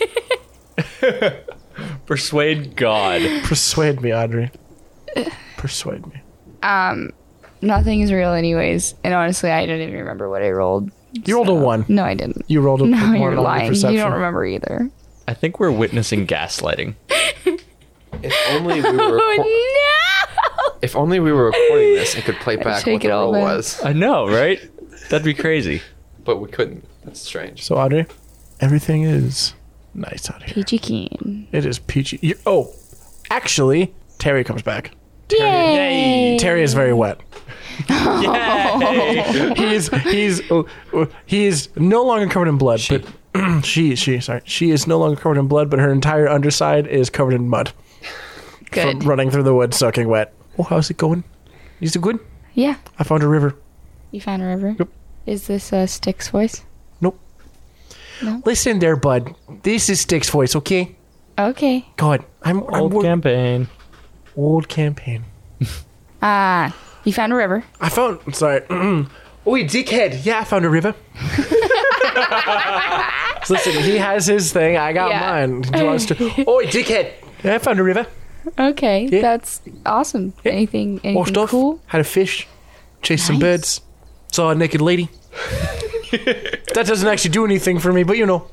Persuade God. Persuade me, Audrey. Persuade me. Um, nothing is real, anyways. And honestly, I don't even remember what I rolled. You rolled a one. No, I didn't. You rolled a No, one you're on lying. perception. You don't remember either. I think we're witnessing gaslighting. If only we were. reco- Oh no! If only we were recording this and could play back take what the it roll all back. was, I know, right? That'd be crazy. but we couldn't. That's strange. So Audrey, everything is nice out here. Peachy Keen. It is peachy. you oh, actually, Terry comes back. Yay! Oh, Terry is very wet. Yay! He's he's oh, he's no longer covered in blood. But she she sorry she is no longer covered in blood, but her entire underside is covered in mud Good. from running through the woods, soaking wet. Oh, how's it going? Is it good? yeah, I found a river. you found a river. Yep. Is this a uh, Styx voice? Nope. No? Listen there, bud. This is Stick's voice, okay? Okay. God, I'm I'm Old wor- campaign. old campaign. Ah, you found a river. I found. I'm sorry. Oi, dickhead. Yeah, I found a river. Listen, he has his thing. I got Yeah. mine. He wants to- Oi, Oh, dickhead. Yeah, I found a river. Okay, that's awesome. Anything, Washed anything off. cool? Had a fish. Chased some Nice. birds. Saw a naked lady. that doesn't actually do anything for me, but you know,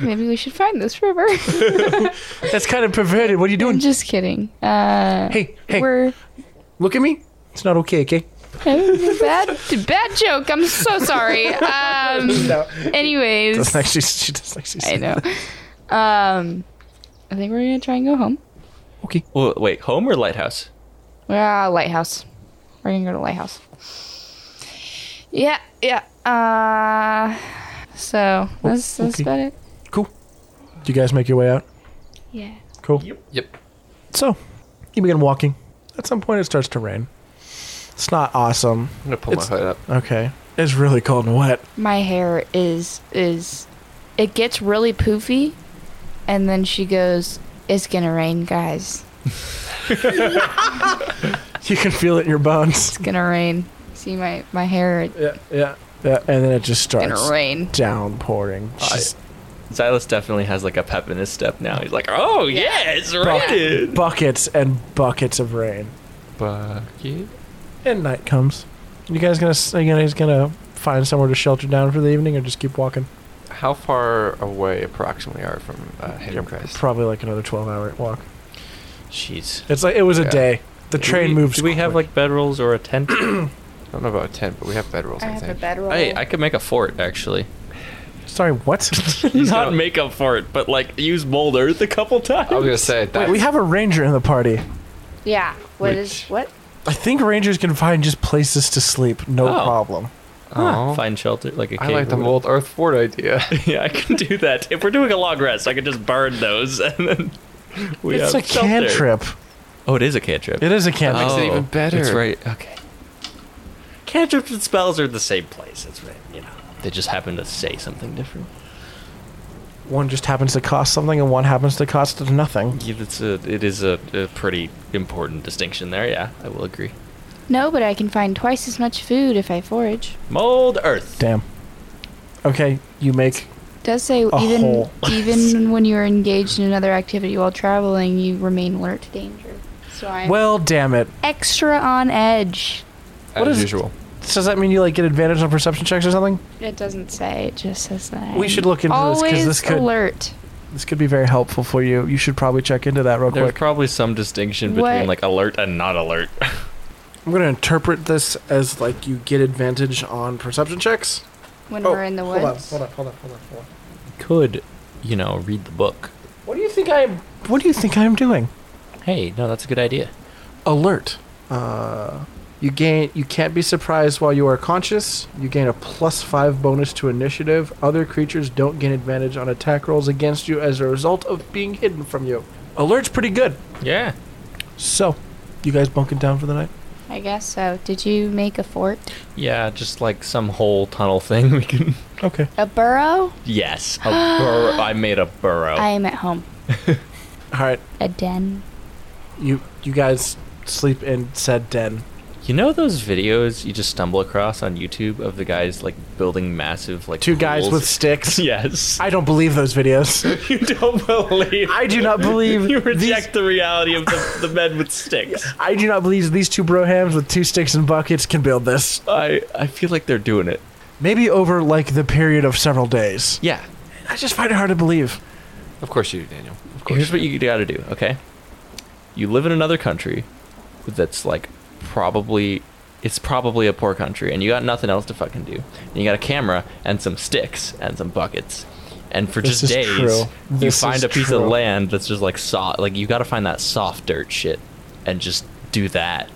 Maybe we should find this river. that's kind of perverted. What are you I'm doing? just kidding. Uh, Hey, hey, we're look at me. It's not okay, okay? bad, bad joke. I'm so sorry. Um, anyways, Doesn't actually, she doesn't actually say I know. Um, I think we're gonna try and go home. Well, wait, home or lighthouse? Ah, lighthouse. We're gonna go to lighthouse. Yeah, yeah. Uh, so that's that's okay. about it. Cool. Do you guys make your way out? Yeah. Cool. Yep. So, you begin walking. At some point, it starts to rain. It's not awesome. I'm gonna pull It's- my hood up. Okay. It's really cold and wet. My hair is is it gets really poofy, and then she goes, "It's gonna rain, guys. You can feel it in your bones. It's gonna rain." See my my hair. It's Yeah, yeah, yeah. And then it just starts gonna rain. downpouring. Just Silas definitely has like a pep in his step now. He's like, oh yeah, it's raining. buckets and buckets of rain. Bucket. And night comes. You guys gonna s- are you guys gonna find somewhere to shelter down for the evening, or just keep walking? How far away approximately are from uh, Hidden Crest? Probably like another twelve hour walk. Jeez. It's like it was a Yeah. day. The train do we, moves. Do we have quick. like bedrolls or a tent? I don't know about a tent, but we have bedrolls. I, think. bedroll. hey, I could make a fort actually. Sorry, what? Not gonna- make a fort, but like use mold earth a couple times. I was gonna say that. Wait, we have a ranger in the party. yeah. What is- Which- what? I think rangers can find just places to sleep, no Oh. problem. Huh, Oh, Find shelter like a cave. I like or the whatever. mold Earth Fort idea. Yeah, I can do that. If we're doing a long rest, I can just burn those and then we it's a have shelter. cantrip. Oh, it is a cantrip. Oh, It is a cantrip. makes it even better. That's right. Okay. Cantrips and spells are the same place. That's right. You know, they just happen to say something different. One just happens to cost something, and one happens to cost nothing. Yeah, that's a. It is a, a pretty important distinction there. Yeah, I will agree. No, but I can find twice as much food if I forage. Mold Earth. Damn. Okay, you make. does say even hole. even when you are engaged in another activity while traveling, you remain alert to danger. So I'm Well, damn it. extra on edge. What As is- usual. Does that mean you like get advantage on perception checks or something? It doesn't say. It just says that. We I'm should look into this, 'cause always this could- alert. This could be very helpful for you. You should probably check into that real There's quick. probably some distinction between What? like alert and not alert. I'm gonna interpret this as like you get advantage on perception checks. When we're in the Oh, hold woods. on, hold on, hold on, hold on, hold on. Could, you know, read the book. What do you think I'm? What do you think I'm doing? Hey, no, that's a good idea. alert. Uh, you gain. You can't be surprised while you are conscious. You gain a plus five bonus to initiative. Other creatures don't gain advantage on attack rolls against you as a result of being hidden from you. Alert's pretty good. Yeah. So, you guys bunking down for the night? I guess so. Did you make a fort? Yeah, just like some whole tunnel thing we can. Okay. A Oh. burrow? Yes, a burrow. I made a burrow. I am at home. All right. A den. You you guys sleep in said den. You know those videos you just stumble across on YouTube of the guys like building massive like Two guys pools? with sticks. yes. I don't believe those videos. you don't believe. I do not believe you these- reject the reality of the, the men with sticks. I do not believe these two brohams with two sticks and buckets can build this. I I feel like they're doing it. Maybe over like the period of several days. Yeah. I just find it hard to believe. Of course you do, Daniel. Of course. Here's what you got to do, okay? You live in another country that's like probably it's probably a poor country and you got nothing else to fucking do. And you got a camera and some sticks and some buckets. And for This just is days, true. you This find is a piece true. of land that's just like soft. Like you got to find that soft dirt shit and just do that.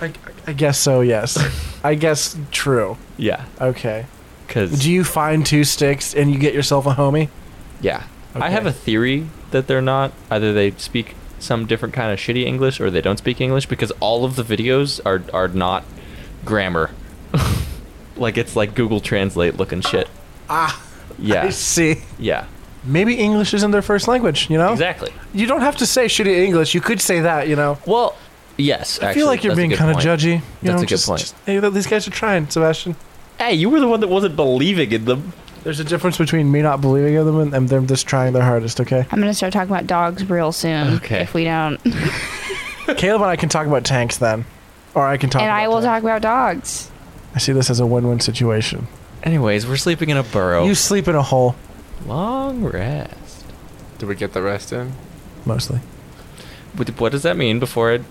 I, I guess so, yes. I guess true. Yeah, Okay. because Do you find two sticks and you get yourself a homie? yeah, I Okay. have a theory that they're not either they speak some different kind of shitty English or they don't speak English because all of the videos are are not grammar. like it's like Google Translate looking shit. Ah, I Yeah, see. yeah, Maybe English isn't their first language, you know? exactly. You don't have to say shitty English. You could say that, you know? Well, yes, I feel like you're being kind of judgy. You know, That's a good just, point. just- hey, look, these guys are trying, Sebastian. Hey, you were the one that wasn't believing in them. There's a difference between me not believing in them and, and them just trying their hardest, okay? I'm gonna start talking about dogs real soon. Okay. If we don't, Caleb and I can talk about tanks then. Or I can talk and about I will tanks. talk about dogs. I see this as a win win situation. Anyways, we're sleeping in a burrow. You sleep in a hole, Long rest. Do we get the rest in? mostly. What, what does that mean before it?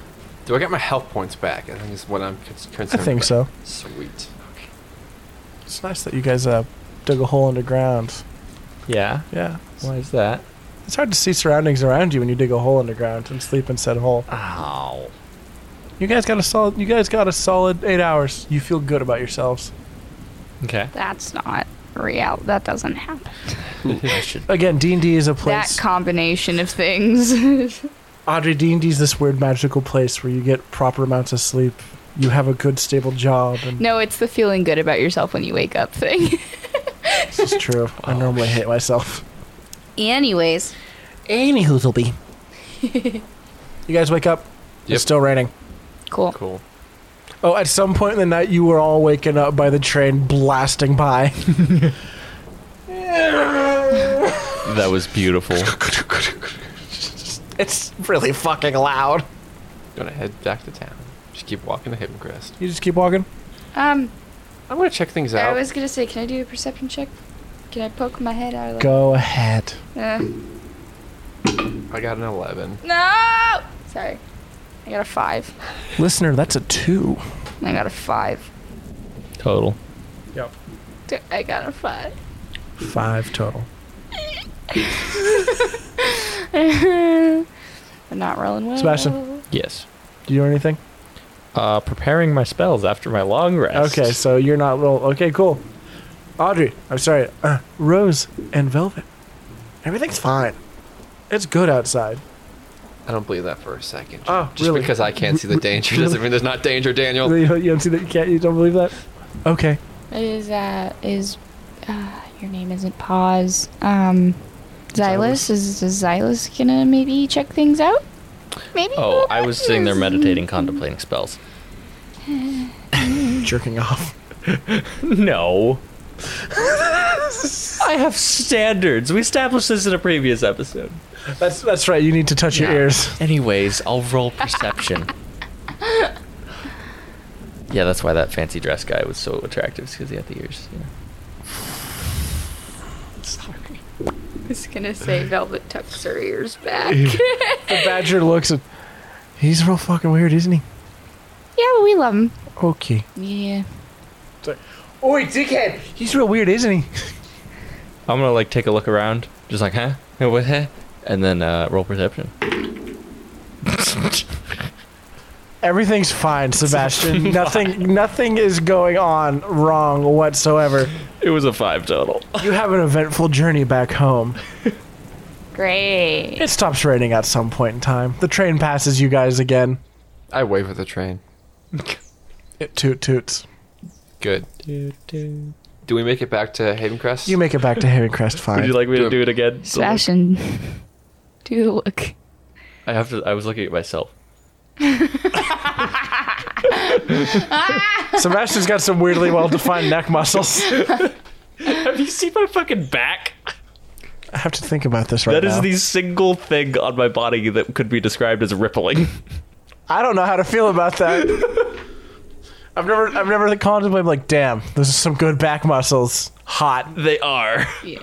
Do I get my health points back? I think is what I'm con- concerned. I think about. so. Sweet. It's nice that you guys uh, dug a hole underground. Yeah. Yeah. Why is that? It's hard to see surroundings around you when you dig a hole underground and sleep in said hole. Ow. You guys got a solid. You guys got a solid eight hours. You feel good about yourselves. Okay. That's not real. That doesn't happen. I should. Again, D and D is a place. That combination of things. Audrey, D and D is this weird magical place where you get proper amounts of sleep. You have a good stable job, and no, it's the feeling good about yourself when you wake up thing. this is true. I normally hate myself. Anyways, Any hoozleby. you guys wake up. Yep. It's still raining. cool. Cool. Oh, at some point in the night, you were all waken up by the train blasting by. That was beautiful. It's really fucking loud. Gonna head back to town. Just keep walking to Hidden Crest. You just keep walking. Um, I'm gonna check things I out. was gonna say, can I do a perception check? Can I poke my head out of the? Go ahead. Uh, I got an 11. no. Sorry, I got a five. Listener, that's a two. I got a five. Total. Yep. D- I got a five. Five total. I'm not rolling well. Sebastian. Yes. Do you do anything? Uh, preparing my spells after my long rest. Okay, so you're not roll. Okay, cool. Audrey, I'm sorry. Uh, Rose and Velvet. Everything's fine. It's good outside. I don't believe that for a second. Oh, just really? because I can't see the danger doesn't mean there's not danger, Daniel. You don't see that? You can't. You don't believe that? Okay. Is uh is uh your name isn't Paws. Um Xylus? Is, is Xylus gonna maybe check things out? Maybe Oh, I was sitting there Xylus. meditating, contemplating spells. Jerking off. No. I have standards. We established this in a previous episode. That's that's right. You need to touch your Yeah. ears. Anyways, I'll roll perception. yeah, that's why that fancy dress guy was so attractive, because he had the ears. you know. Sorry. I was gonna say Velvet tucks her ears back. yeah, The badger looks at. He's real fucking weird, isn't he? but we love him. Okay. Yeah. Oi, dickhead! He's real weird, isn't he? I'm gonna like take a look around, just like, huh? Hey, What? Huh? And then uh, roll perception. Everything's fine, Sebastian. Nothing, nothing is going on wrong whatsoever. It was a five total. You have an eventful journey back home. Great. It stops raining at some point in time. The train passes you guys again. I wave at the train. It toot toots. Good. Do we make it back to Haven Crest? You make it back to Havencrest Would fine. you like me Do to it. do it again? So, like, Sebastian. Do the look. I have to. I was looking at myself. Sebastian's got some weirdly well defined neck muscles. Have you seen my fucking back? I have to think about this right That is now. the single thing on my body that could be described as rippling. I don't know how to feel about that. I've never, I've never contemplated like, damn, those are some good back muscles. Hot. they are. Yeah.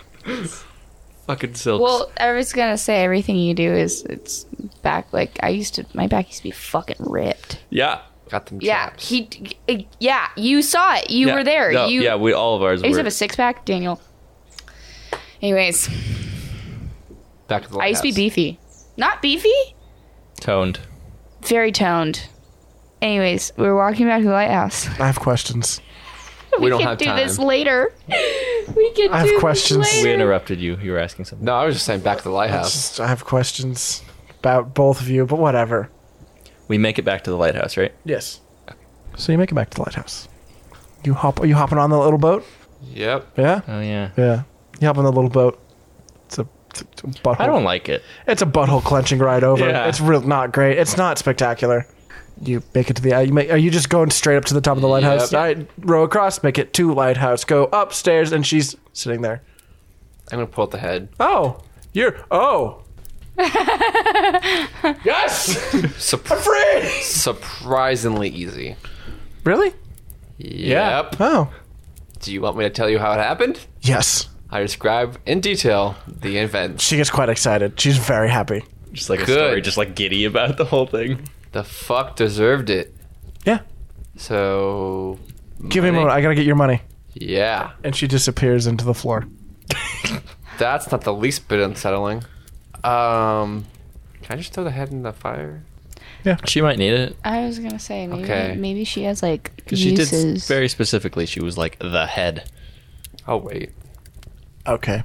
Fucking silks. Well, I was gonna say everything you do is it's back. Like I used to, my back used to be fucking ripped. yeah. Got them Yeah, traps. he. Yeah, you saw it. You Yeah. were there. No, you. yeah, we all of ours I used to were. have a six pack, Daniel. Anyways, Back of the I used to be lighthouse. beefy, not beefy, toned. very toned. Anyways, we we're walking back to the lighthouse. I have questions. We, don't can have do time. this later. We can. I have do this questions. later. We interrupted you. You were asking something. No, I was just saying back of the It's lighthouse. just, I have questions about both of you, but whatever. We make it back to the lighthouse, right? Yes. So you make it back to the lighthouse. You hop. Are you hopping on the little boat? Yep. Yeah. Oh yeah. Yeah. You hop on the little boat. It's a, it's a, it's a butthole. I don't like it. It's a butthole clenching ride over. Yeah. It's real not great. It's not spectacular. You make it to the. uh, You make, are you just going straight up to the top of the lighthouse? Yep. I row across, make it to lighthouse, go upstairs, and she's sitting there. I'm gonna pull out the head. Oh, you're. Oh, yes, Surp- free. surprisingly easy. Really? Yep. Oh, Do you want me to tell you how it happened? yes. I describe in detail the event. She gets quite excited. She's very happy. Just like a Good. story, just like giddy about the whole thing. The fuck deserved it. Yeah. So Give me a money. moment. I gotta get your money. Yeah. And she disappears into the floor. That's not the least bit unsettling. Um can I just throw the head in the fire? She might need it. I was gonna say maybe Okay. maybe she has like Because she did uses. s- very specifically, she was like the head. Oh wait. Okay.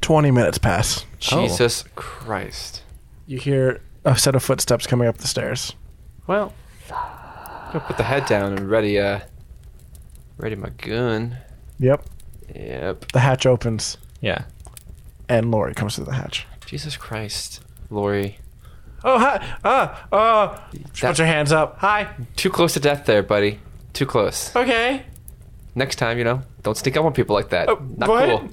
Twenty minutes pass. Oh. Jesus Christ. You hear a set of footsteps coming up the stairs. Well I'm gonna put the head down and ready uh ready my gun. Yep. Yep. The hatch opens, Yeah. and Lori comes through the hatch. Jesus Christ. Lori. Oh hi. Ah. Uh, She That- puts her hands up. Hi. Too close to death there, buddy. Too close. Okay. Next time, you know, don't sneak up on people like that. Oh, Not what? cool.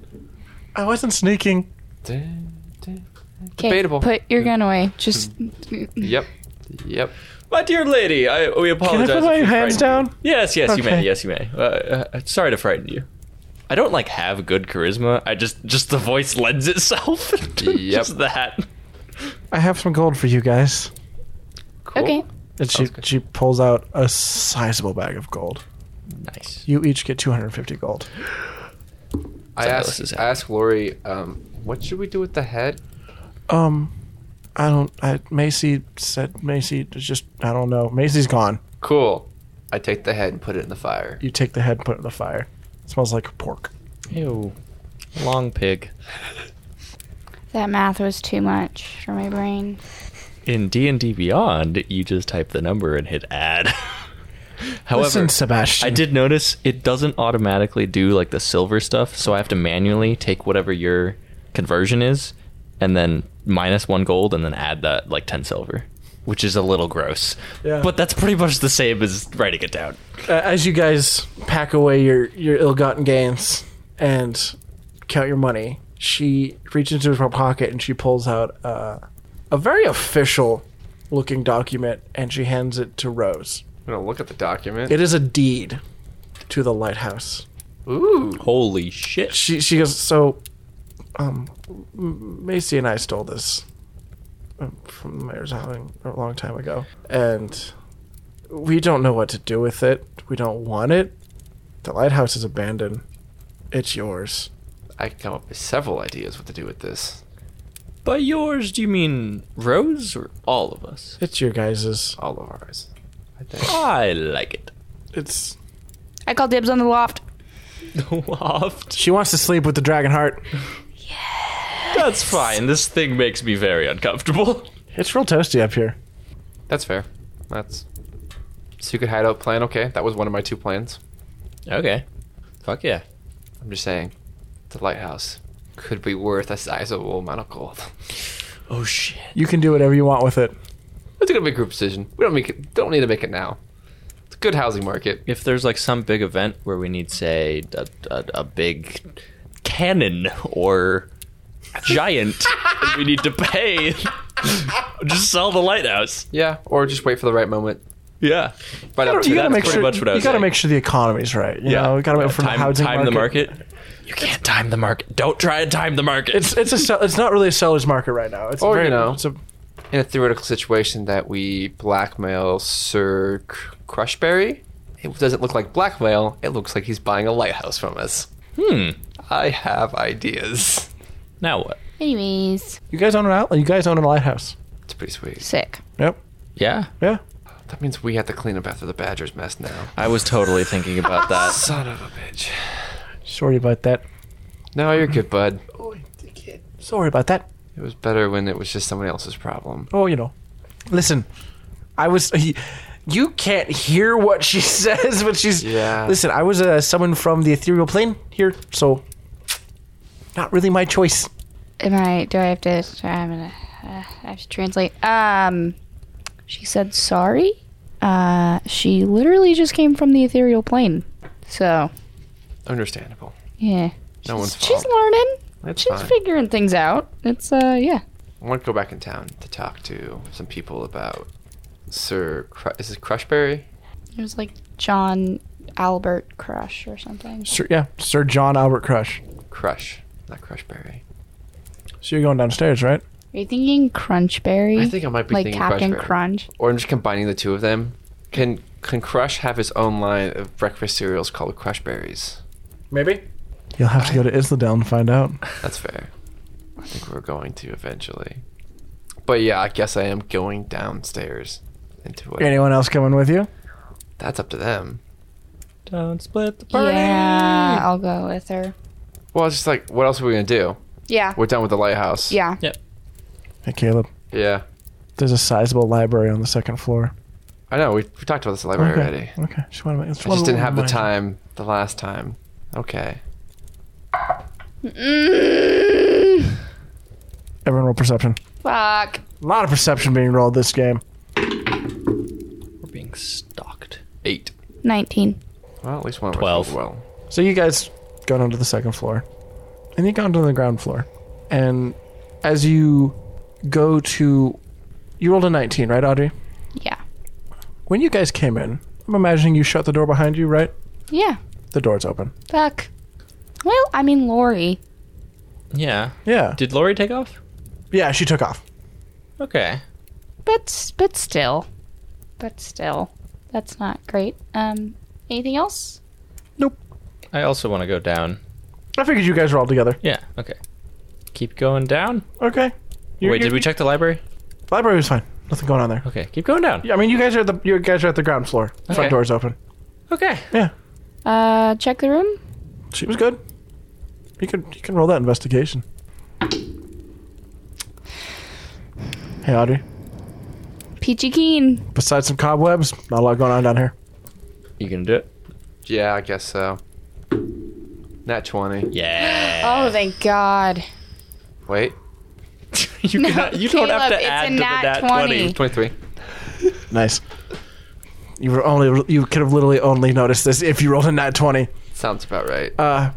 I wasn't sneaking. Dun, dun. Okay, debatable. Hmm. Put your gun away. Just Yep. Yep. My dear lady, I we Can apologize. I put if my we hands frightened down? you. Yes, yes, you may. Okay. Yes, you may. Uh, uh, sorry to frighten you. I don't like have good charisma. I just just the voice lends itself. to Yep. Just that. I have some gold for you guys. Cool. okay. And she Sounds good. she pulls out a sizable bag of gold. Nice. You each get 250 gold. I So Alice asked is I asked Lori, um, what should we do with the head? Um, I don't. I Macy said Macy is just. I don't know. Macy's gone. Cool. I take the head and put it in the fire. You take the head, and put it in the fire. It smells like pork. Ew. Long pig. That math was too much for my brain. In D and D Beyond, you just type the number and hit add. However, Listen, Sebastian. I did notice it doesn't automatically do like the silver stuff, so I have to manually take whatever your conversion is and then minus one gold and then add that like 10 silver, which is a little gross. Yeah. But that's pretty much the same as writing it down. Uh, as you guys pack away your your ill-gotten gains and count your money, she reaches into her pocket and she pulls out uh, a very official-looking document, and she hands it to Rose. I'm gonna look at the document. It is a deed to the lighthouse. Ooh. Holy shit. she she goes so um M- macy and i stole this um, from the mayor's outing a long time ago and we don't know what to do with it we don't want it the lighthouse is abandoned it's yours I can come up with several ideas what to do with this. By yours, do you mean Rose or all of us? it's your guys's All of ours. I think. I like it. it's I call dibs on the loft. Loft. she wants to sleep with the dragon heart That's fine. This thing makes me very uncomfortable. it's real toasty up here That's fair. That's secret hideout plan, okay. That was one of my two plans. Okay. Fuck yeah. I'm just saying. The lighthouse could be worth a sizable amount of gold. Oh shit. you can do whatever you want with it It's gonna be a group decision. We don't make it don't need to make it now. Let's good housing market. if there's like some big event where we need say a, a, a big cannon or giant and we need to pay just sell the lighthouse Yeah, or just wait for the right moment. yeah But up you to gotta that, make pretty sure much what I you was gotta saying. make sure the economy's right. You know, you gotta make from time, the housing time the market. market you can't time the market don't try to time the market It's it's a sell- it's not really a seller's market right now. It's Or, very, Oh, you know. it's a, in a theoretical situation that we blackmail Sir C- Crushberry, it doesn't look like blackmail. It looks like he's buying a lighthouse from us. hmm I have ideas. now what Anyways, you guys own an outlet. You guys own a lighthouse. It's pretty sweet. sick. Yep. yeah Yeah. That means we have to clean up after the Badgers mess now. i was totally thinking about that Son of a bitch. Sorry about that. No, you're good, bud. Sorry about that. It was better when it was just someone else's problem. Oh, you know. Listen, I was. He, you can't hear what she says, but she's. Yeah. Listen, I was uh, someone from the ethereal plane here, so not really my choice. Am I? Do I have to? I'm gonna. Uh, I have to translate. Um, she said sorry. Uh, she literally just came from the ethereal plane, so Understandable. yeah. No she's, one's She's fault. learning. That's she's fine. figuring things out. It's uh, yeah. I want to go back in town to talk to some people about Sir. Cru- is it Crushberry? It was like John Albert Crush or something. Sir, yeah, Sir John Albert Crush. Crush, not Crushberry. So you're going downstairs, right? Are you thinking Crunchberry? I think I might be like thinking Captain Crunchberry. Crunch. Or I'm just combining the two of them. Can can Crush have his own line of breakfast cereals called Crushberries? Maybe. You'll have to go to Isladel and find out. That's fair. I think we're going to eventually. But yeah, I guess I am going downstairs into it. Anyone else coming with you? That's up to them. don't split the Yeah, I'll go with her. Well, it's just like, what else are we gonna do? Yeah. We're done with the lighthouse. Yeah. Hey, Caleb. Yeah. There's a sizable library on the second floor. I know. We, we talked about this at the library already. Okay. Just want to make, just I wanna just didn't have the remind you. time the last time. Okay. Mm, Everyone roll perception. fuck. A lot of perception being rolled this game. we're being stalked Eight. 19. Well, at least one. of us Twelve. rolled Well, So you guys go down to the second floor, and you go down to the ground floor, and as you go to, you rolled a nineteen, right, Audrey? Yeah. When you guys came in, I'm imagining you shut the door behind you, right? Yeah. The door's open. Fuck. Well, I mean, Lori. yeah Yeah. did lori take off Yeah, she took off. okay But, s- but still. But still. That's not great. Um, anything else? i also want to go down I figured you guys were all together. yeah okay keep going down Okay. You- Wait, you- did we check the library? Library was fine. Nothing going on there. Okay, keep going down. Yeah, I mean, you guys are at the you guys are at the ground floor. Okay. Front door's open. Okay. Uh, check the room? She was good. You can you can roll that investigation. Hey Audrey. Peachy Keen. Besides some cobwebs, not a lot going on down here. You gonna do it? yeah, I guess so. Nat twenty. Yeah. Oh, thank God. Wait, you No, cannot- you don't have to Caleb, it's add a to the nat nat 20. 20. twenty-three. Nice. You were only you could have literally only noticed this if you rolled a nat twenty. Sounds about right. Uh,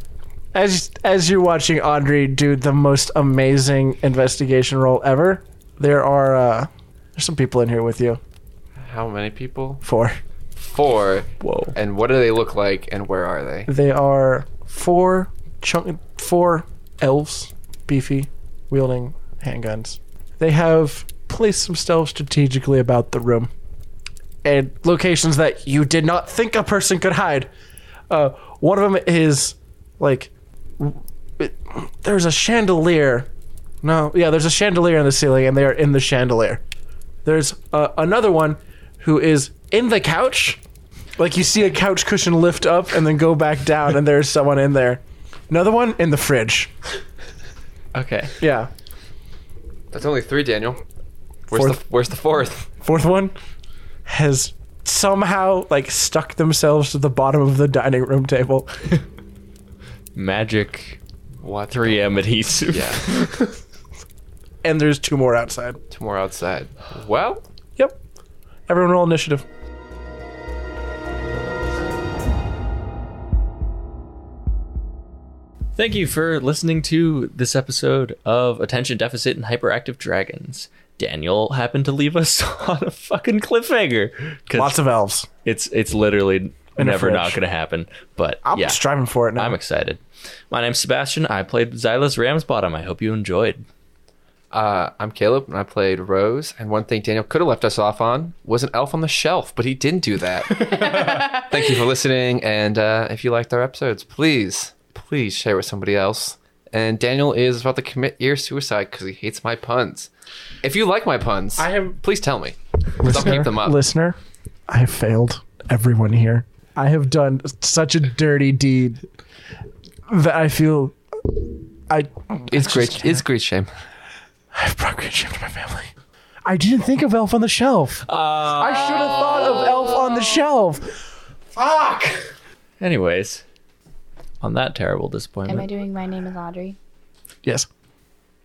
as as you're watching Audrey do the most amazing investigation roll ever, there are uh, there's some people in here with you. How many people? Four. Four. Whoa. And what do they look like? And where are they? They are four chunk four elves, beefy, wielding handguns. They have placed themselves strategically about the room. And locations that you did not think a person could hide. Uh, one of them is like w- it- there's a chandelier. No, yeah, there's a chandelier in the ceiling, and they are in the chandelier. There's uh, another one who is in the couch. Like you see a couch cushion lift up and then go back down, and there's someone in there. Another one in the fridge. Okay. Yeah. That's only three, Daniel. Where's Fourth. the Where's the fourth? Fourth one has somehow like stuck themselves to the bottom of the dining room table. Magic What? 3M adhesive. Yeah, And there's two more outside. two more outside. Well, Yep. Everyone roll initiative. Thank you for listening to this episode of Attention Deficit and Hyperactive Dragons. Daniel happened to leave us on a fucking cliffhanger Lots because of elves. it's it's literally In a never not fridge. going to happen. But I'm yeah, striving for it now. I'm excited. My name's Sebastian. I played Xylas Ramsbottom. I hope you enjoyed. Uh, I'm Caleb, and I played Rose. And one thing Daniel could have left us off on was an elf on the shelf, but he didn't do that. Thank you for listening. And uh, if you liked our episodes, please, please share with somebody else. And Daniel is about to commit ear suicide because he hates my puns. If you like my puns, I have- please tell me. 'cause I'll keep them up. Listener, I have failed everyone here. I have done such a dirty deed that I feel I It's great. It's great shame. I've brought great shame to my family. I didn't think of Elf on the Shelf. I should have thought of Elf on the Shelf. Anyways, on that terrible Am I disappointment, doing My Name is Audrey? Yes.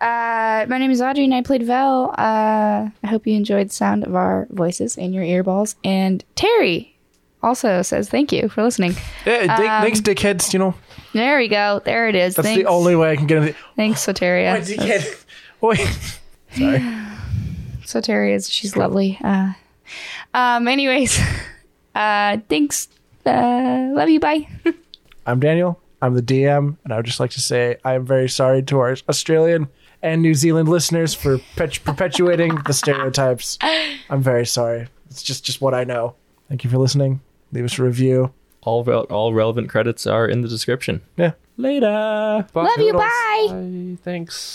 Uh, my name is Audrey and I played Vel. Uh, I hope you enjoyed the sound of our voices in your earballs. And Terry also says thank you for listening. Yeah, dick, thanks, dickheads. You know There we go. There it is. that's thanks. the only way I can get it. Thanks, Soteria. dickhead. Wait. Soteria is she's lovely. Uh, um, anyways, uh, thanks. Uh, love you. Bye. I'm Daniel. I'm the DM, and I would just like to say I am very sorry to our Australian and New Zealand listeners for pet- perpetuating the stereotypes. I'm very sorry. It's just just what I know. Thank you for listening. Leave us a review. all rel- all relevant credits are in the description. Yeah. Later. love you. Bye. Bye. Thanks.